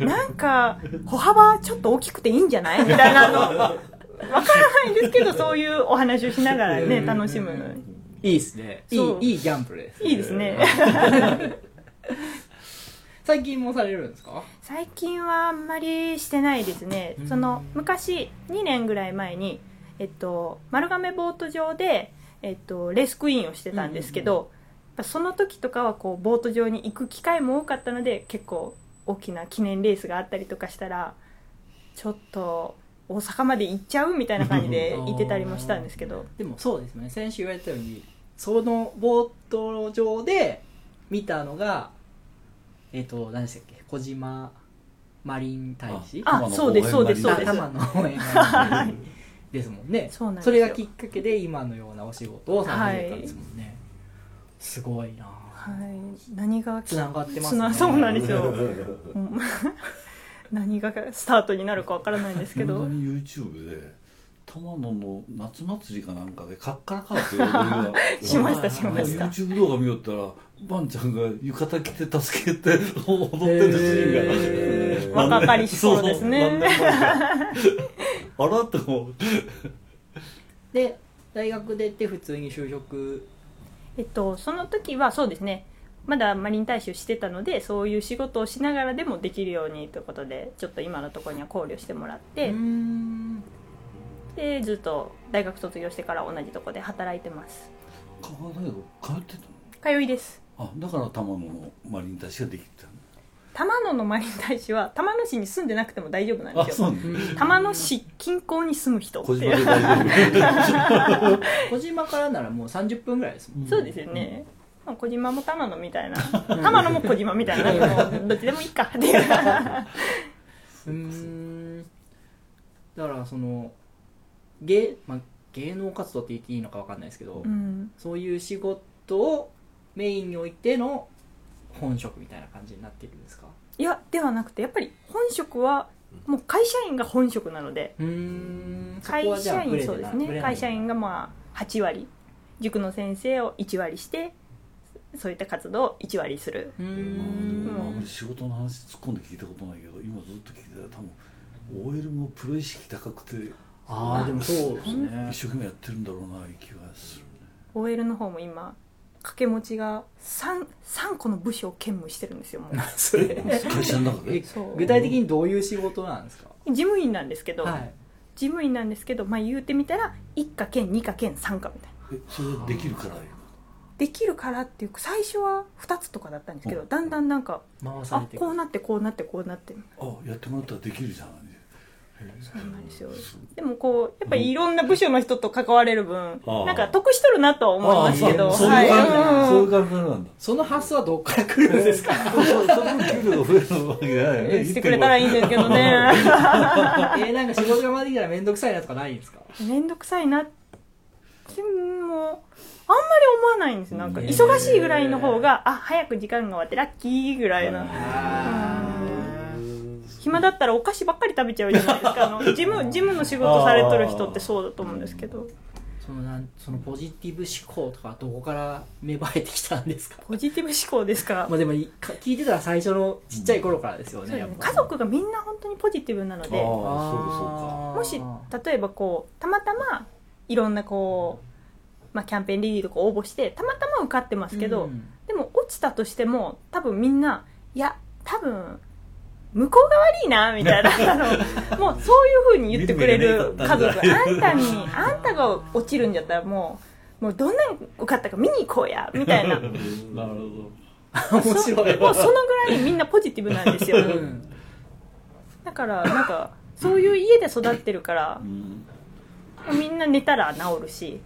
Speaker 5: なんか歩幅ちょっと大きくていいんじゃないみたいなあのわからないんですけどそういうお話をしながらね楽しむのに
Speaker 2: いいですねい
Speaker 5: そう
Speaker 2: いいいギャンブルです
Speaker 5: いいですね
Speaker 2: 最近もされるんですか
Speaker 5: 最近はあんまりしてないですねその昔2年ぐらい前に、えっと、丸亀ボート場で、えっと、レースクイーンをしてたんですけど、やっぱその時とかはこうボート場に行く機会も多かったので結構大きな記念レースがあったりとかしたらちょっと大阪まで行っちゃうみたいな感じで行ってたりもしたんですけど
Speaker 2: でもそうですよね先週言われたようにそのボート上で見たのがえっ、と何でしたっけ小島マリン大使
Speaker 5: あそうですそうですそうです
Speaker 2: 頭の応援がですもんね
Speaker 5: そうなんです
Speaker 2: そ
Speaker 5: よ
Speaker 2: れがきっかけで今のようなお仕事をされてたんですもんね、すごいな
Speaker 5: はい何が
Speaker 2: つながってます
Speaker 5: つな
Speaker 2: ね
Speaker 5: そうなん ですようん 何がスタートになるかわからないんですけ
Speaker 6: 本
Speaker 5: ど
Speaker 6: 当に YouTube で玉野の夏祭りかなんかでカッカラカーっていう踊りが
Speaker 5: しましたしました
Speaker 6: あの YouTube 動画見よったらばんちゃんが浴衣着て助け て踊ってるシーンが、
Speaker 5: へー若かりし頃ですね
Speaker 6: そうそう何年 前かあらって思う
Speaker 2: で大学出て普通に就職
Speaker 5: えっと、その時はそうですねまだマリン大使をしてたのでそういう仕事をしながらでもできるようにということでちょっと今のところには考慮してもらって、
Speaker 2: ん
Speaker 5: でずっと大学卒業してから同じとこで働いてます
Speaker 6: 香川大学通ってたの
Speaker 5: 通いです
Speaker 6: あだから玉野のマリン大使ができてたの
Speaker 5: 玉野のマリン大使は玉野市に住んでなくても大丈夫なん
Speaker 6: あ
Speaker 5: で、す
Speaker 6: そ
Speaker 5: よ
Speaker 6: うね。
Speaker 5: 玉野市近郊に住む人って
Speaker 6: 小
Speaker 5: い
Speaker 6: 島
Speaker 5: う
Speaker 6: で 大丈
Speaker 2: 小島からならもう30分ぐらいですもん
Speaker 5: そうですよね、まあ、小島も玉野みたいな玉野も小島みたいななんかもうどっちでもいいかっていう
Speaker 2: うーんだからその芸,、まあ、芸能活動って言っていいのかわかんないですけど、
Speaker 5: うん
Speaker 2: そういう仕事をメインに置いての本職みたいな感じになっているんですか
Speaker 5: いやではなくてやっぱり本職はもう会社員が本職なので
Speaker 2: うーんそ
Speaker 5: 会
Speaker 2: こはじゃ
Speaker 5: 社
Speaker 2: あブ
Speaker 5: 員
Speaker 2: レて
Speaker 5: そ
Speaker 2: な
Speaker 5: う
Speaker 2: い
Speaker 5: です
Speaker 2: ブ
Speaker 5: ね
Speaker 2: レない
Speaker 5: 会社員がまあ8割塾の先生を1割してそういった活動を1割する
Speaker 2: うー
Speaker 6: 夫。
Speaker 2: ん
Speaker 6: まああんまり仕事の話突っ込んで聞いたことないけど、今ずっと聞いてたら多分 OL もプロ意識高くて
Speaker 2: ああでもそうですね
Speaker 6: 一生懸命やってるんだろうな気がする。
Speaker 5: OL の方も今掛け持ちが 3, 3個の部署を兼務してるんです よもう
Speaker 2: それ
Speaker 6: 会社の中
Speaker 2: え
Speaker 6: で。
Speaker 5: そう
Speaker 2: 具体的にどういう仕事なんですか
Speaker 5: 事務員なんですけど、
Speaker 2: はい
Speaker 5: 事務員なんですけど、まあ、言うてみたら1課兼2課兼3課みたいな
Speaker 6: えそれはできるからよ。
Speaker 5: できるからっていう最初は2つとかだったんですけどだんだんなんか
Speaker 2: 回され
Speaker 5: あ
Speaker 2: てく
Speaker 5: こ
Speaker 2: る
Speaker 5: うなってこうなってこうなって
Speaker 6: あやってもらったらできるじゃん。
Speaker 5: そうなんですよでもこうやっぱりいろんな部署の人と関われる分
Speaker 6: ああ
Speaker 5: なんか得しとるなとは思い
Speaker 6: ああ
Speaker 5: ますけど
Speaker 6: そう
Speaker 5: はいいう
Speaker 6: 感じ、そう
Speaker 5: う
Speaker 6: い
Speaker 5: ん
Speaker 6: う感じな んだ。
Speaker 2: その発想はどっから来るんですか
Speaker 6: そその分給料が増えるわけじゃないよね。
Speaker 5: してくれたらいいんですけどね
Speaker 2: えなんか仕事が回ってきたら面倒くさいなとかないんですか
Speaker 5: 面倒くさいなでももうあんまり思わないんですよなんか
Speaker 2: ね
Speaker 5: 忙しいぐらいの方があ早く時間が終わってラッキーぐらいな
Speaker 2: あ
Speaker 5: 暇だったらお菓子ばっかり食べちゃうじゃないですか あの事務事務の仕事されとる人ってそうだと思うんですけど
Speaker 2: ーそのなんそのポジティブ思考とかどこから芽生えてきたんですか
Speaker 5: ポジティブ思考ですか
Speaker 2: まあでもいか聞いてたら最初のちっちゃい頃からですよ
Speaker 5: そう
Speaker 2: ね
Speaker 5: で
Speaker 2: や
Speaker 5: す
Speaker 2: っ
Speaker 5: ね
Speaker 2: ぱ
Speaker 5: 家族がみんな本当にポジティブなので
Speaker 6: あ
Speaker 2: あー
Speaker 5: もし例えばこうたまたまいろんなこう、まあ、キャンペーンリリーとか応募してたまたま受かってますけど、
Speaker 2: うん
Speaker 5: でも落ちたとしても多分みんないや多分向こうが悪いなみたいな あのもうそういう風に言ってくれる家族あんたにあんたが落ちるんじゃったらもうもうどんなに受かったか見に行こうやみたい なも
Speaker 6: なるほど。
Speaker 2: 面白い、
Speaker 5: うそのぐらいみんなポジティブなん ですよ
Speaker 2: うん
Speaker 5: だからなんかそういう家で育ってるからみんな寝たら治るし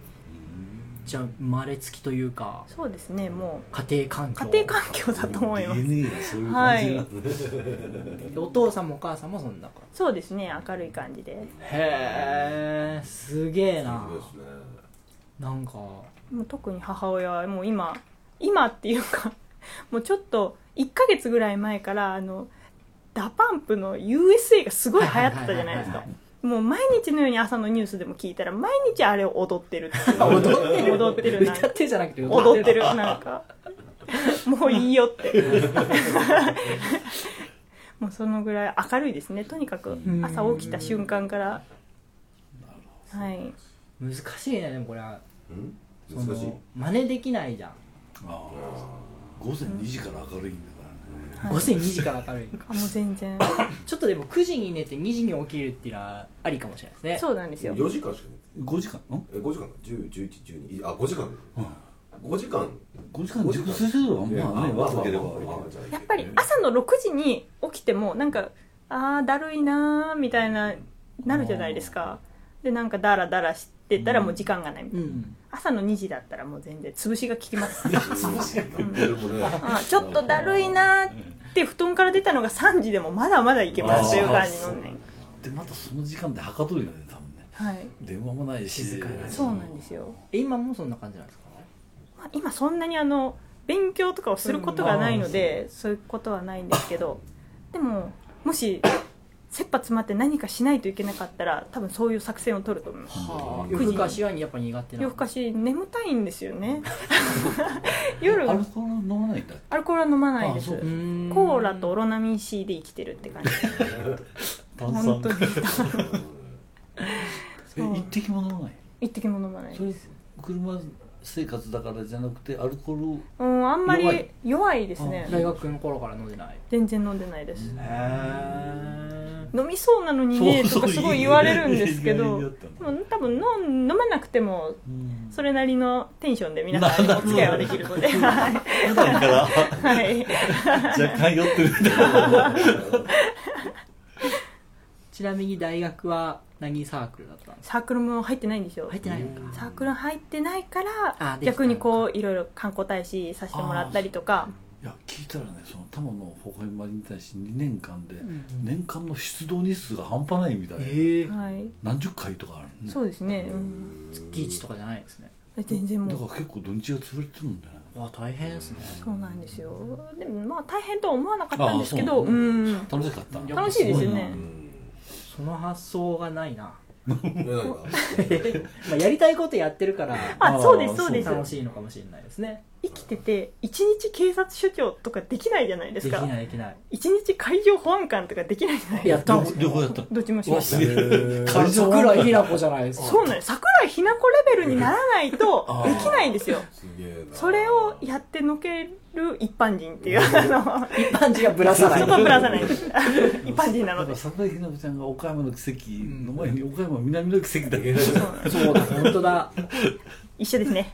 Speaker 2: じゃあ生まれつきというか
Speaker 5: そうですねも
Speaker 2: 家庭環
Speaker 5: う家
Speaker 2: 境
Speaker 5: 庭環境だと思います
Speaker 6: DNA がそういう感じなんだね。
Speaker 2: お父さんもお母さんもそんな感
Speaker 5: そうですね明るい感じで
Speaker 2: じへえすげえな
Speaker 4: そうですね
Speaker 2: なんか
Speaker 5: もう特に母親はもう今今っていうか もうちょっと1ヶ月ぐらい前からあのダパンプの USA がすごい流行ってたじゃないです
Speaker 2: は
Speaker 5: か
Speaker 2: いはいはい
Speaker 5: もう毎日のように朝のニュースでも聞いたら毎日あれを踊ってるっていう
Speaker 2: 踊ってる
Speaker 5: 踊ってるな
Speaker 2: 歌ってじゃなくて
Speaker 5: 踊ってるなんかもういいよってもうそのぐらい明るいですねとにかく
Speaker 2: ん
Speaker 5: 朝起きた瞬間からはい
Speaker 2: 難しいねでもこれはそ
Speaker 4: 難しい
Speaker 2: の真似できないじゃん
Speaker 6: ああ午前2時から明るいんだからね。
Speaker 2: 午前2時から明るい
Speaker 5: あもう全然
Speaker 2: ちょっとでも9時に寝て2時に起きるっていうのはありかもしれないですね
Speaker 5: そうなんですよ
Speaker 4: 4時間しかね
Speaker 6: 5時間ん
Speaker 4: え5時間10、11、12あ5時間5時間
Speaker 6: ?5 時間熟睡するのはまあね、若ければいいけど。
Speaker 5: やっぱり朝の6時に起きてもなんかあーだるいなーみたいななるじゃないですかでなんかダラダラしてたらもう時間がないみたいな、
Speaker 2: ん
Speaker 5: 朝の2時だったらもう全然潰しが効きます
Speaker 4: でもね
Speaker 5: あーちょっとだるいなーって布団から出たのが3時でもまだまだいけますという感じのね
Speaker 6: で、またその時間ではかどるよね、多分ね。
Speaker 5: はい
Speaker 6: 電話もないし。
Speaker 2: 静かな
Speaker 5: そうなんですよ、
Speaker 2: え今もそんな感じなんですか
Speaker 5: まあ、今そんなにあの勉強とかをすることがないのでそういうことはないんですけどでももし切羽詰まって何かしないといけなかったら多分そういう作戦を取ると思います
Speaker 2: はあ
Speaker 5: 九時
Speaker 2: 夜更かしはやっぱ苦手な
Speaker 5: 夜更かし眠たいんですよ ね夜
Speaker 6: アルコール飲まないんだ。
Speaker 5: アルコールは飲まないです
Speaker 6: あそう
Speaker 2: うーん
Speaker 5: コーラとオロナミン C で生きてるって感じ
Speaker 6: 炭
Speaker 5: 本
Speaker 6: 酸
Speaker 5: 当。に
Speaker 6: え、
Speaker 5: そう
Speaker 6: 一滴も飲まない。
Speaker 5: 一滴も飲まない
Speaker 6: それ車生活だからじゃなくてアルコールを
Speaker 5: うんあんま
Speaker 6: 弱
Speaker 5: り
Speaker 6: い
Speaker 5: 弱いですね
Speaker 2: 大学の頃から飲んでない
Speaker 5: 全然飲んでないです
Speaker 2: へえ
Speaker 5: 飲みそうなのにねとかすごい言われるんですけど
Speaker 6: い
Speaker 5: でも
Speaker 6: やいや
Speaker 5: 多分飲ん飲まなくても
Speaker 6: うん
Speaker 5: それなりのテンションで皆さんお付き合いはできる のではい
Speaker 6: 普段 から
Speaker 5: はい
Speaker 6: 若干酔ってるみたいな
Speaker 2: ちなみに大学は何サークルだったんですか
Speaker 5: サークルも入ってないんですよ
Speaker 2: 入ってないのか
Speaker 5: サークル入ってないか
Speaker 2: あ
Speaker 5: ら
Speaker 2: できた
Speaker 5: 逆にこういろいろ観光大使させてもらったりとか
Speaker 6: いや聞いたらねその玉の微笑まりに対して2年間で
Speaker 2: ん
Speaker 6: 年間の出動日数が半端ないみたいな、
Speaker 2: え
Speaker 5: はい
Speaker 6: 何十回とかあるね
Speaker 5: そうですね、うん
Speaker 2: 月一とかじゃないですね
Speaker 5: 全然
Speaker 6: だ
Speaker 5: も
Speaker 6: か
Speaker 5: う
Speaker 6: ら結構土日が潰れてるんだよね
Speaker 2: わ大変ですね
Speaker 5: そうなんですよでもまあ大変とは思わなかったんですけ
Speaker 6: あ
Speaker 5: ど
Speaker 6: そう
Speaker 5: う
Speaker 6: なん楽しかった
Speaker 2: や
Speaker 5: 楽しいですよね
Speaker 2: その発想がないな、
Speaker 4: うんなんか
Speaker 2: まあ、やりたいことやってるから
Speaker 5: あそうですそうです
Speaker 2: 楽しいのかもしれないですね
Speaker 5: 生きてて一日警察署長とかできないじゃないで
Speaker 2: ですき
Speaker 5: か
Speaker 2: ないできない
Speaker 5: 一日海上保安官とかできないじゃないです
Speaker 2: や
Speaker 5: か
Speaker 2: った ん
Speaker 6: 両方やった
Speaker 5: どっちもしました
Speaker 6: げえ
Speaker 2: 桜
Speaker 6: 会場は
Speaker 2: 井日奈子じゃないですか
Speaker 5: そうなんです桜井日奈子レベルにならないと
Speaker 6: あ
Speaker 5: で
Speaker 6: ー
Speaker 5: きないんですよ
Speaker 4: すげえな
Speaker 5: それをやってのける一般人っていうあ
Speaker 2: 一般人がぶら
Speaker 5: の
Speaker 2: さない
Speaker 5: そこはぶらさ ないです一般人な
Speaker 6: だ
Speaker 5: の
Speaker 6: か
Speaker 5: で
Speaker 6: ら桜井日奈子ちゃんが岡山の奇跡の前に岡山南の奇跡だけど
Speaker 2: そうだ本当だ
Speaker 5: 一緒ですね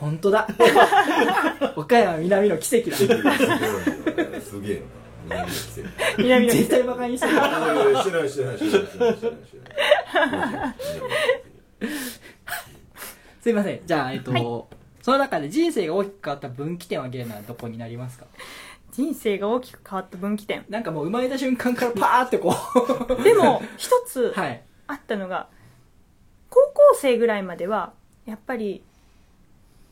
Speaker 2: 本 当だ岡山南の奇跡だ
Speaker 4: すげえなすげえな
Speaker 5: 南の
Speaker 2: 絶対バカにしてる
Speaker 4: いやいやしてないしてないしてないしてないしてないしてない
Speaker 2: すいませんじゃあえっと、その中で人生が大きく変わった分岐点はゲームはどこになりますか
Speaker 5: 人生が大きく変わった分岐点
Speaker 2: なんかもう生まれた瞬間からパーっ てこう
Speaker 5: でも一つ
Speaker 2: はい
Speaker 5: あったのが高校生ぐらいまではやっぱり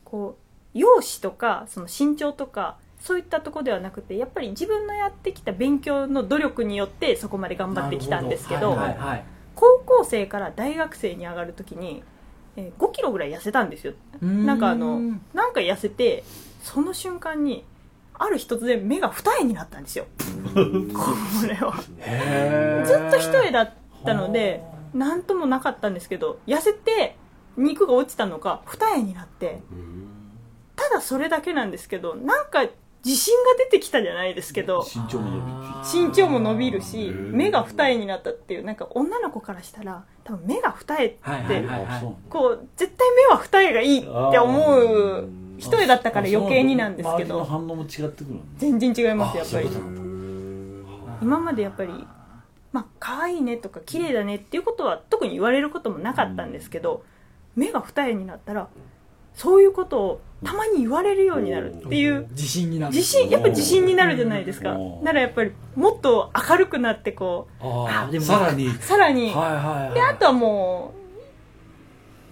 Speaker 5: こう容姿とかその身長とかそういったとこではなくてやっぱり自分のやってきた勉強の努力によってそこまで頑張ってきたんですけど
Speaker 2: なるほはいはいはい
Speaker 5: 高校生から大学生に上がる時に、えー5キロぐらい痩せたんですよなんかあ
Speaker 2: う
Speaker 5: の
Speaker 2: ん
Speaker 5: なんか痩せてその瞬間にある日突然目が二重になったんですよこれは
Speaker 2: へー
Speaker 5: ずっと一重だったので何ともなかったんですけど痩せて肉が落ちたのか二重になってただそれだけなんですけどなんか自信が出てきたじゃないですけど
Speaker 6: 身長も伸びて
Speaker 5: 身長も伸びるし
Speaker 6: へー
Speaker 5: 目が二重になったっていうなんか女の子からしたら多分目が二重って
Speaker 2: はいはいはい
Speaker 6: あそ
Speaker 2: は
Speaker 6: うなんだ
Speaker 5: こう絶対目は二重がいいって思う一重だったから余計になんですけど
Speaker 6: あそうなんだ周りの反応も違ってくるのね
Speaker 5: 全然違いますやっ
Speaker 6: そ
Speaker 5: ぱ
Speaker 6: ういう
Speaker 5: り
Speaker 6: ことなんだ
Speaker 5: 今までやっぱりまあ可愛いねとか綺麗だねっていうことは特に言われることもなかったんですけど目が二重になったらそういうことをたまに言われるようになるっていう
Speaker 2: い自信になる
Speaker 5: 自信やっぱ自信になるじゃないですか
Speaker 6: うん
Speaker 5: ならやっぱりもっと明るくなってこ
Speaker 6: あ
Speaker 2: あ
Speaker 6: あ
Speaker 2: でも
Speaker 6: さらに
Speaker 5: うさらに
Speaker 6: はいはい
Speaker 5: であとはも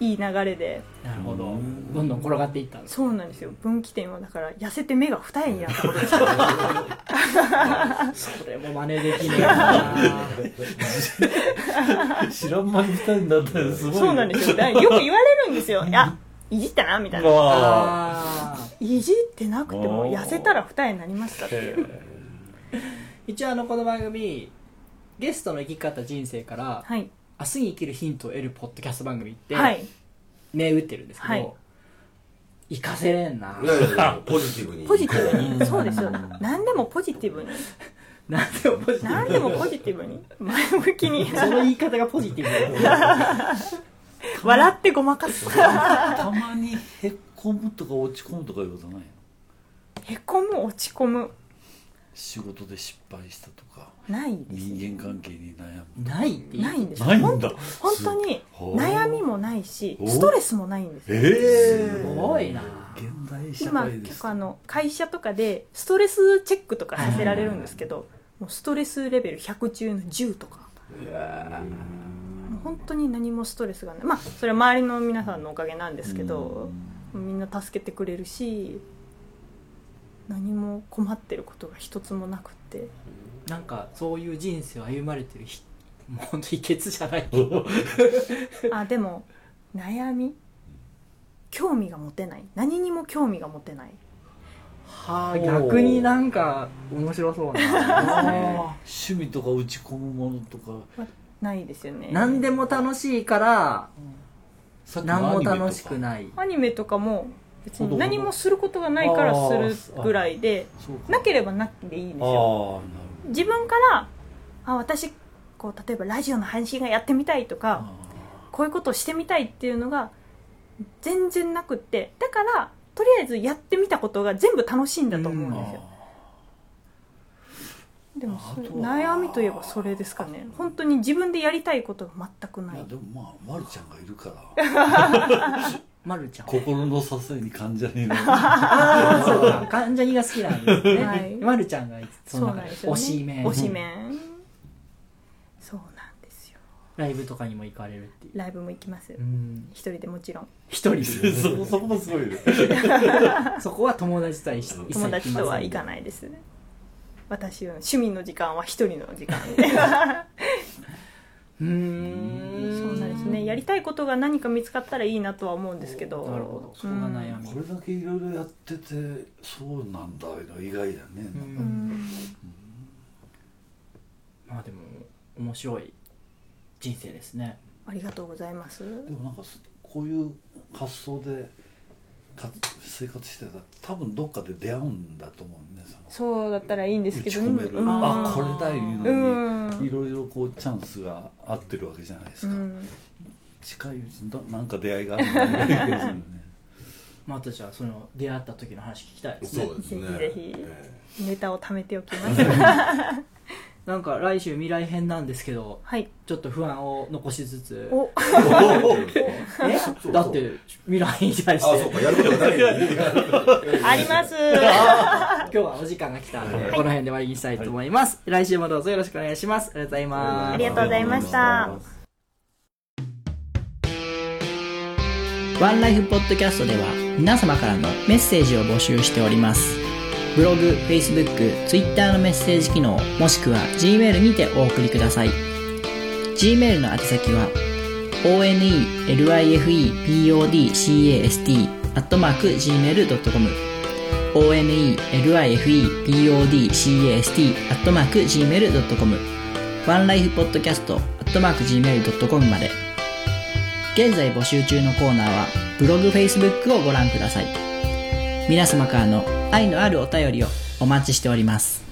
Speaker 5: ういい流れで
Speaker 2: なるほどどんどん転がっていったんです
Speaker 5: そうなんですよ分岐点はだから痩せて目が二重になった ことです
Speaker 2: それも真似で きねえな
Speaker 6: 知らん間に二人になったらすごいね
Speaker 5: そうなんですよ。だからよく言われるんです よ。いや、いじったなみたいな。
Speaker 2: あ
Speaker 6: あ
Speaker 2: ー
Speaker 5: いじってなくても
Speaker 6: おー
Speaker 5: 痩せたら二重になりましたっていう。
Speaker 2: 一応あのこの番組ゲストの生き方人生から
Speaker 5: はい。
Speaker 2: 明日に生きるヒントを得るポッドキャスト番組って
Speaker 5: はい。
Speaker 2: 銘打ってるんですけど、
Speaker 5: はい
Speaker 2: 行かせれ んない
Speaker 4: やいやいやポジティブに
Speaker 5: ポジティブに。そうですよ。何でもポジティブに。
Speaker 2: なんでもポジティ
Speaker 5: 何でもポジティブに。前向きに。
Speaker 2: ブその言い方がポジティブだ
Speaker 5: 笑ってごまかす。
Speaker 6: たまにへこむとか落ち込むとかいうことないの
Speaker 5: へこむ、落ち込む。
Speaker 6: 仕事で失敗したとか
Speaker 5: ないです。
Speaker 6: 人間関係に悩 む
Speaker 2: ないって
Speaker 5: ないんですよ。
Speaker 6: ない
Speaker 5: ほ
Speaker 6: ん
Speaker 5: ん
Speaker 6: だ
Speaker 5: 本当に悩みもないし、ストレスもないんですよ。
Speaker 6: え
Speaker 2: す
Speaker 6: え
Speaker 2: ごいな
Speaker 6: 現代社
Speaker 5: 今
Speaker 6: 会で
Speaker 5: 結
Speaker 6: す
Speaker 5: 構あの会社とかでストレスチェックとかさせられるんですけどもうストレスレベル100中の10とかもう本当に何もストレスがないまあそれは周りの皆さんのおかげなんですけどみんな助けてくれるし何も困ってることが一つもなくって
Speaker 2: なんかそういう人生を歩まれてるひもう本当秘訣じゃないけど
Speaker 5: あでも悩み興味が持てない何にも興味が持てない
Speaker 2: はあ逆になんか面白そうな
Speaker 6: あー趣味とか打ち込むものとか
Speaker 5: ないですよね
Speaker 2: 何でも楽しいから
Speaker 6: さっきの
Speaker 2: 何も楽し
Speaker 6: アニ
Speaker 2: く
Speaker 6: メとか
Speaker 2: ない
Speaker 5: アニメとかも別に何もすることがないからするぐらいで
Speaker 6: そうか
Speaker 5: なければなくていいんです
Speaker 6: ああ
Speaker 5: よ自分からあ私こう例えばラジオの配信がやってみたいとかこういうことをしてみたいっていうのが全然なくってだからとりあえずやってみたことが全部楽しいんだと思うんですよ、でもそれ悩みといえばそれですかね本当に自分でやりたいことが全くない
Speaker 6: や
Speaker 5: い
Speaker 6: でもまあまるちゃんがいる から
Speaker 2: まるちゃん
Speaker 6: 心の支えに患者になる
Speaker 2: ああそうか関ジャニが好きなんですね、
Speaker 5: はい
Speaker 2: まるちゃんがその中で推しメン
Speaker 5: 推しメンそうなんですよ
Speaker 2: ライブとかにも行かれるっていう
Speaker 5: ライブも行きます
Speaker 2: うん
Speaker 5: 一人でもちろん
Speaker 2: 一人で
Speaker 6: そこ そこもすごいね
Speaker 2: そこは友達とは一緒一切
Speaker 5: 友達とは行か
Speaker 2: い
Speaker 5: ないですね私の趣味の時間は一人の時間 でそう
Speaker 2: ーん
Speaker 5: うですねやりたいことが何か見つかったらいいなとは思うんですけど
Speaker 2: なるほどそこが悩み
Speaker 6: これだけいろいろやっててそうなんだいうの意外だね、
Speaker 2: う
Speaker 5: うんん
Speaker 2: まあでも面白い人生ですね
Speaker 5: ありがとうございます
Speaker 6: でもなんかすこういう発想でか生活してたら多分どっかで出会うんだと思うねその
Speaker 5: そうだったらいいんですけ
Speaker 6: 打ち
Speaker 5: ど
Speaker 6: 込める、
Speaker 5: うん
Speaker 6: あこれだいうの
Speaker 5: うん
Speaker 6: にいろいろこうチャンスが合ってるわけじゃないです
Speaker 5: う
Speaker 6: か、
Speaker 5: ん
Speaker 6: 近いうちにどなんか出会いがあるんだなっていう気がするね
Speaker 2: またじゃあその出会った時の話聞きたいですね
Speaker 4: そうですね
Speaker 5: ぜひぜひ
Speaker 4: え
Speaker 5: ネタを貯めておきます
Speaker 2: なんか来週未来編なんですけど
Speaker 5: はい
Speaker 2: ちょっと不安を残しつつ
Speaker 5: お
Speaker 2: え
Speaker 4: そうそう
Speaker 2: だって未来に対
Speaker 4: えあ
Speaker 2: し
Speaker 4: そう
Speaker 2: て
Speaker 4: かやることがな い
Speaker 5: あります
Speaker 2: 今日はお時間が来たのでこの辺で終わりにしたいと思います来週もどうぞよろしくお願いしますありがとうございます
Speaker 5: ありがとうございました
Speaker 7: ワンライフポッドキャストでは皆様からのメッセージを募集しております。ブログ、Facebook、Twitter のメッセージ機能、もしくは Gmail にてお送りください。Gmail の宛先は onelifepodcast.gmail.com onelifepodcast.gmail.com onelifepodcast.gmail.com まで。現在募集中のコーナーはブログ、Facebook をご覧ください。皆様からの愛のあるお便りをお待ちしております。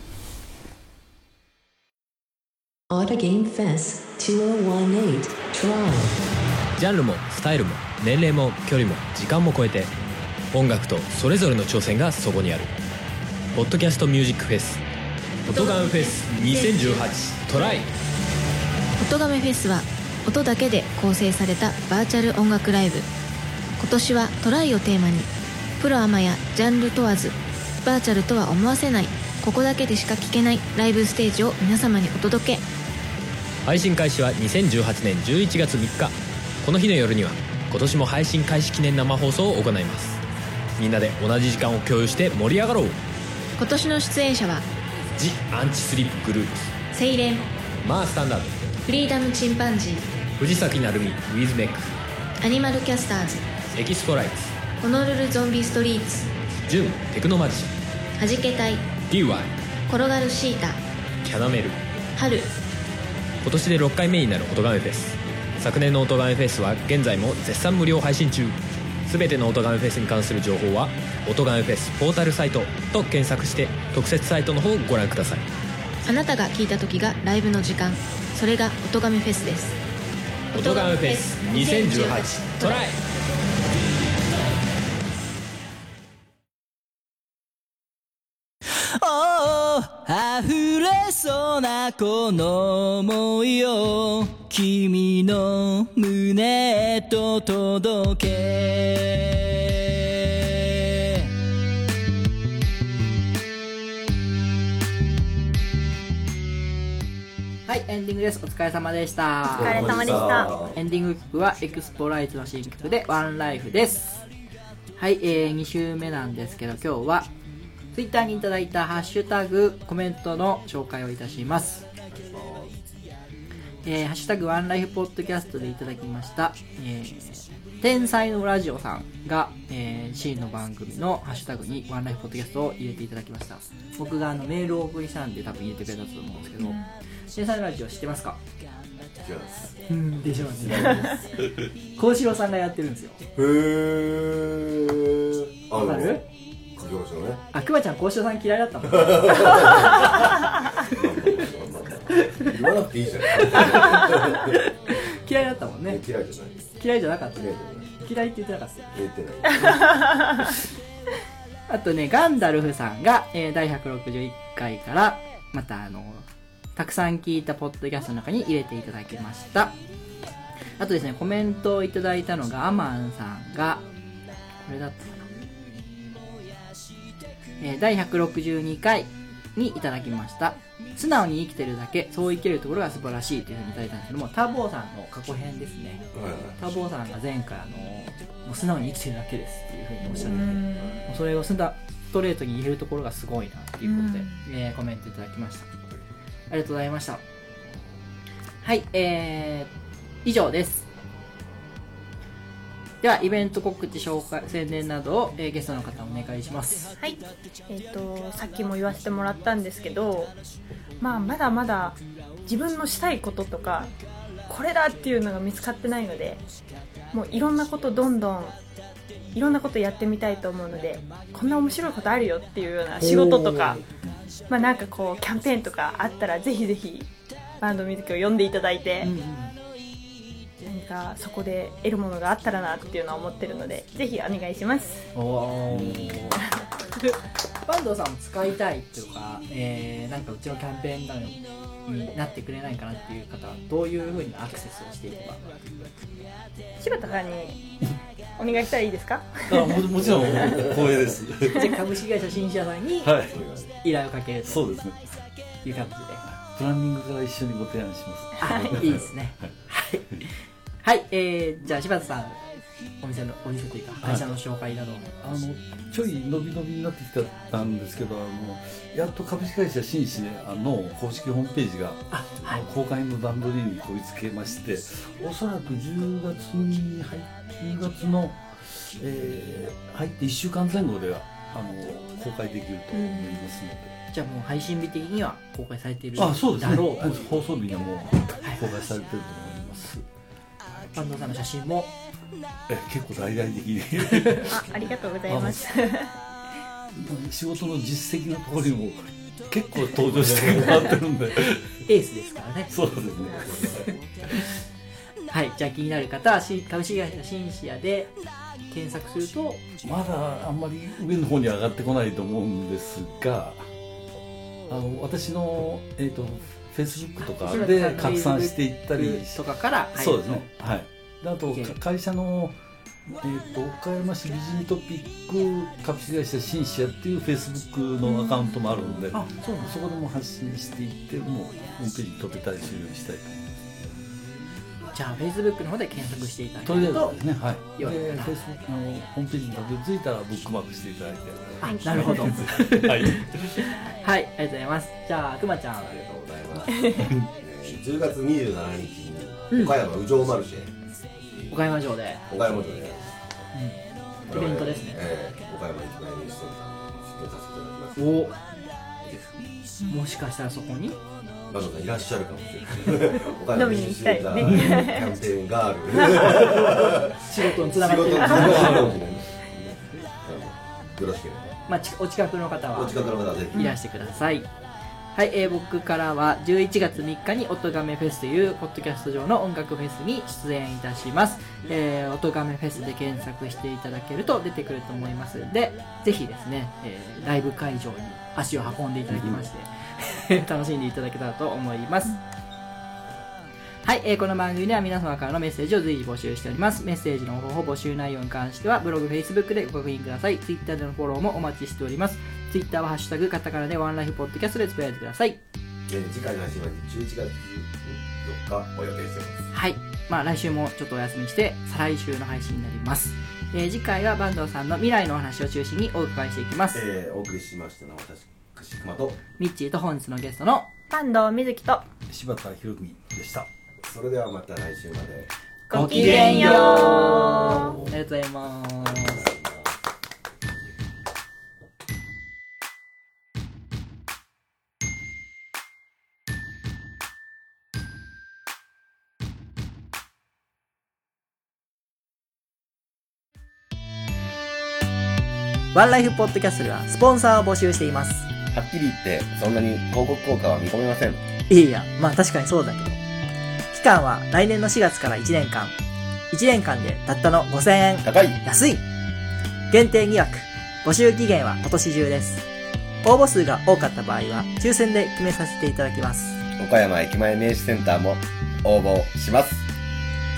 Speaker 8: Auto Game Fest 2018 Trial.
Speaker 9: ジャンルもスタイルも年齢も距離も時間も超えて音楽とそれぞれの挑戦がそこにある「ポッドキャストミュージックフェス」「音ガンフェス2018トライ」
Speaker 10: 音亀フェスは音だけで構成されたバーチャル音楽ライブ今年は「トライ」をテーマにプロアマやジャンル問わずバーチャルとは思わせないここだけでしか聴けないライブステージを皆様にお届け
Speaker 9: 配信開始は2018年11月3日この日の夜には今年も配信開始記念生放送を行いますみんなで同じ時間を共有して盛り上がろう
Speaker 10: 今年の出演者は
Speaker 9: 「ジ・アンチスリップグループ
Speaker 10: セイレン」
Speaker 9: 「マースタンダード」
Speaker 10: フリーダムチンパンジー
Speaker 9: 「藤崎鳴海」「ウィズメック」
Speaker 10: アニマルキャスターズ
Speaker 9: 「エキストライツ」
Speaker 10: ホノルルゾンビストリーツ
Speaker 9: 「ジュン」「テクノマジシャ
Speaker 10: はじけたい
Speaker 9: ン」「DY」
Speaker 10: 転がるシータ
Speaker 9: キャナメル
Speaker 10: 春
Speaker 9: 今年で6回目になる音ガメフェス昨年の音ガメフェスは現在も絶賛無料配信中すべての音ガメフェスに関する情報は「音ガメフェスポータルサイト」と検索して特設サイトの方をご覧ください
Speaker 10: あなたが聴いた時がライブの時間それが音亀フェスです
Speaker 9: 「音ガメフェス2018トライ!」
Speaker 1: おー溢れそうなこの想いを君の胸へと届け
Speaker 2: はいエンディングですお疲れ様でした
Speaker 5: お疲れ様でした
Speaker 2: エンディング曲はエクスポライズの新曲で「ワンライフですはい、えー、2週目なんですけど今日はツイッターにいただいたハッシュタグコメントの紹介をいたしますえーハッシュタグワンライフポッドキャストでいただきました、えー天才のラジオさんが、えー、C の番組のハッシュタグにワンライフポッドキャストを入れていただきました僕があのメールを送りしたんで多分入れてくれたと思うんですけど天才のラジオ知ってますか
Speaker 4: 違います
Speaker 2: うんでしょうね幸四郎さんがやってるんですよ
Speaker 4: へえ
Speaker 2: わかる
Speaker 4: 書きましたね
Speaker 2: あくまちゃん幸四郎さん嫌いだったの
Speaker 4: まあまあまあまあ言わなくていいじゃん
Speaker 2: 嫌いだったもんね
Speaker 4: 嫌いじゃない
Speaker 2: 嫌いじゃなかった
Speaker 4: 嫌い
Speaker 2: 嫌いって言ってなかった
Speaker 4: 言ってない
Speaker 2: あとね、ガンダルフさんが、えー第161回から、またあの、たくさん聞いたポッドキャストの中に入れていただきました。あとですね、コメントをいただいたのが、アマンさんが、これだったかな。えー第162回にいただきました。素直に生きてるだけ、そう生きるところが素晴らしいというふうにいただいたんですけども、ターボーさんの過去編ですね。
Speaker 4: はいはい
Speaker 2: ターボーさんが前回、あの、もう素直に生きてるだけですっていうふうにおっしゃ
Speaker 5: う
Speaker 2: ってて、
Speaker 5: ん
Speaker 2: もうそれをすんだストレートに言えるところがすごいなっていうことで、えーコメントいただきましたありがとうございましたはいえー、以上ですではイベント告知紹介宣伝などを、えーゲストの方お願いします
Speaker 5: はい、えー、とさっきも言わせてもらったんですけど、まあ、まだまだ自分のしたいこととかこれだっていうのが見つかってないのでもういろんなことどんどんいろんなことやってみたいと思うのでこんな面白いことあるよっていうような仕事とか、まあ、なんかこうキャンペーンとかあったらぜひぜひバンドミュージックを読んでいただいて、何かそこで得るものがあったらなっていうのは思ってるのでぜひお願いします。
Speaker 2: おー 坂東さんも使いたいとか、えー、なんかうちのキャンペーンなのになってくれないかなっていう方はどういうふうにアクセスをしてい けば
Speaker 5: 柴田さんにお願いしたらいいですか
Speaker 6: あももちろん光栄です
Speaker 2: じゃあ株式会社新社さんに
Speaker 6: はい
Speaker 2: 依頼をかけると
Speaker 6: そうですね
Speaker 2: いう感じで、
Speaker 6: プランニングから一緒にご提案します
Speaker 2: はい、いいですねはい、はいえー、じゃあ柴田さんお店のお店というか会社の紹介などを
Speaker 6: あのちょい伸び伸びになってきたんですけどあのやっと株式会社紳士の公式ホームページが、公開の段取りにこぎつけましておそらく10月に入って10月の、えー入って1週間前後ではあの公開できると思いますので、
Speaker 2: じゃあもう配信日的には公開されている
Speaker 6: あそうです
Speaker 2: だ
Speaker 6: ね
Speaker 2: ろう
Speaker 6: 放送日にはもう公開されてると思います、
Speaker 2: 坂東さんの写真も
Speaker 6: え結構大々的に
Speaker 5: あありがとうございます。
Speaker 6: 仕事の実績のところにも結構登場してもらってるんで
Speaker 2: エースですからね
Speaker 6: そうですね
Speaker 2: はいじゃあ気になる方はし株式会社シンシアで検索すると
Speaker 6: まだあんまり上の方には上がってこないと思うんですがあの私のえっ、とフェイスブックとかで拡散していったり
Speaker 2: とかから入ると
Speaker 6: そうですねはいであとか会社のえー、と岡山市美人トピック株式会社シンシアっていうフェイスブックのアカウントもあるので、
Speaker 2: あそう
Speaker 6: そこでも発信していってもうホームページに飛べたりするようにしたいと思います
Speaker 2: じゃあ Facebook の方で検索していただ
Speaker 6: と
Speaker 2: け
Speaker 6: りあ
Speaker 2: る
Speaker 6: え
Speaker 2: と
Speaker 6: ずですね、はい。
Speaker 2: よい
Speaker 6: で、フェイスあのホームページにたどり着いたらブックマークしていただいて。
Speaker 2: あなるほど
Speaker 6: はい。
Speaker 2: はい、ありがとうございます。じゃあ、くまちゃん。あ
Speaker 4: りがとうございます。えー10月27日に岡山宇城マルシェ
Speaker 2: 岡山城で。
Speaker 4: 岡山城で
Speaker 2: イベントですね。
Speaker 4: えー岡山駅前ニュースセンターに出させていただきま
Speaker 2: お
Speaker 4: す
Speaker 2: もしかしたらそこに
Speaker 4: バンドさんいらっしゃるかもしれない岡山にしてたキ
Speaker 2: 飲みに行きた いね
Speaker 4: ャンペーンガール
Speaker 2: 仕事につながってる
Speaker 4: 仕事につながってるかもしれないよろしければ
Speaker 2: まあ、ちお近くの方は
Speaker 4: お近くの方はぜひ
Speaker 2: いらしてください、はい、えー僕からは11月3日に「おとがめフェス」というポッドキャスト上の音楽フェスに出演いたします「えー、おとがめフェス」で検索していただけると出てくると思いますのでぜひですね、えーライブ会場に足を運んでいただきまして、楽しんでいただけたらと思います、はい、えーこの番組では皆様からのメッセージを随時募集しております。メッセージの方法、募集内容に関しては、ブログ、Facebook でご確認ください。Twitter でのフォローもお待ちしております。Twitter はハッシュタグ、カタカナでワンライフポッドキャストでつぶやいてください。
Speaker 4: えー次回の配信は11月4日お予定しております
Speaker 2: はい。まあ来週もちょっとお休みして、再来週の配信になります。えー次回は坂東さんの未来のお話を中心にお伺いしていきます。
Speaker 4: えーお送りしましたのは私熊と
Speaker 2: ミッチーと本日のゲストの
Speaker 5: パンドみずきと
Speaker 6: 柴田博文でした。
Speaker 4: それではまた来週まで
Speaker 5: ごきげんよう
Speaker 2: ありがとうございます。ワンライフポッドキャストではスポンサーを募集しています。
Speaker 3: はっきり言ってそんなに広告効果は見込めません
Speaker 2: いやいや、まあ確かにそうだけど。期間は来年の4月から1年間。1年間でたったの5000円。
Speaker 3: 高い
Speaker 2: 安い限定2枠。募集期限は今年中です。応募数が多かった場合は、抽選で決めさせていただきます。
Speaker 3: 岡山駅前名刺センターも応募します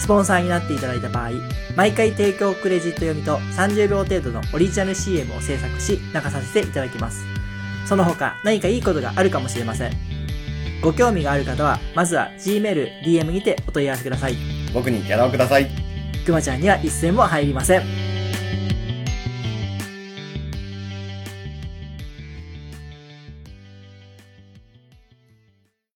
Speaker 2: スポンサーになっていただいた場合、毎回提供クレジット読みと30秒程度のオリジナル CM を制作し、流させていただきます。その他、何かいいことがあるかもしれません。ご興味がある方は、まずは Gmail、DM にてお問い合わせください。
Speaker 3: 僕にギャラをください
Speaker 2: くまちゃんには一銭も入りません。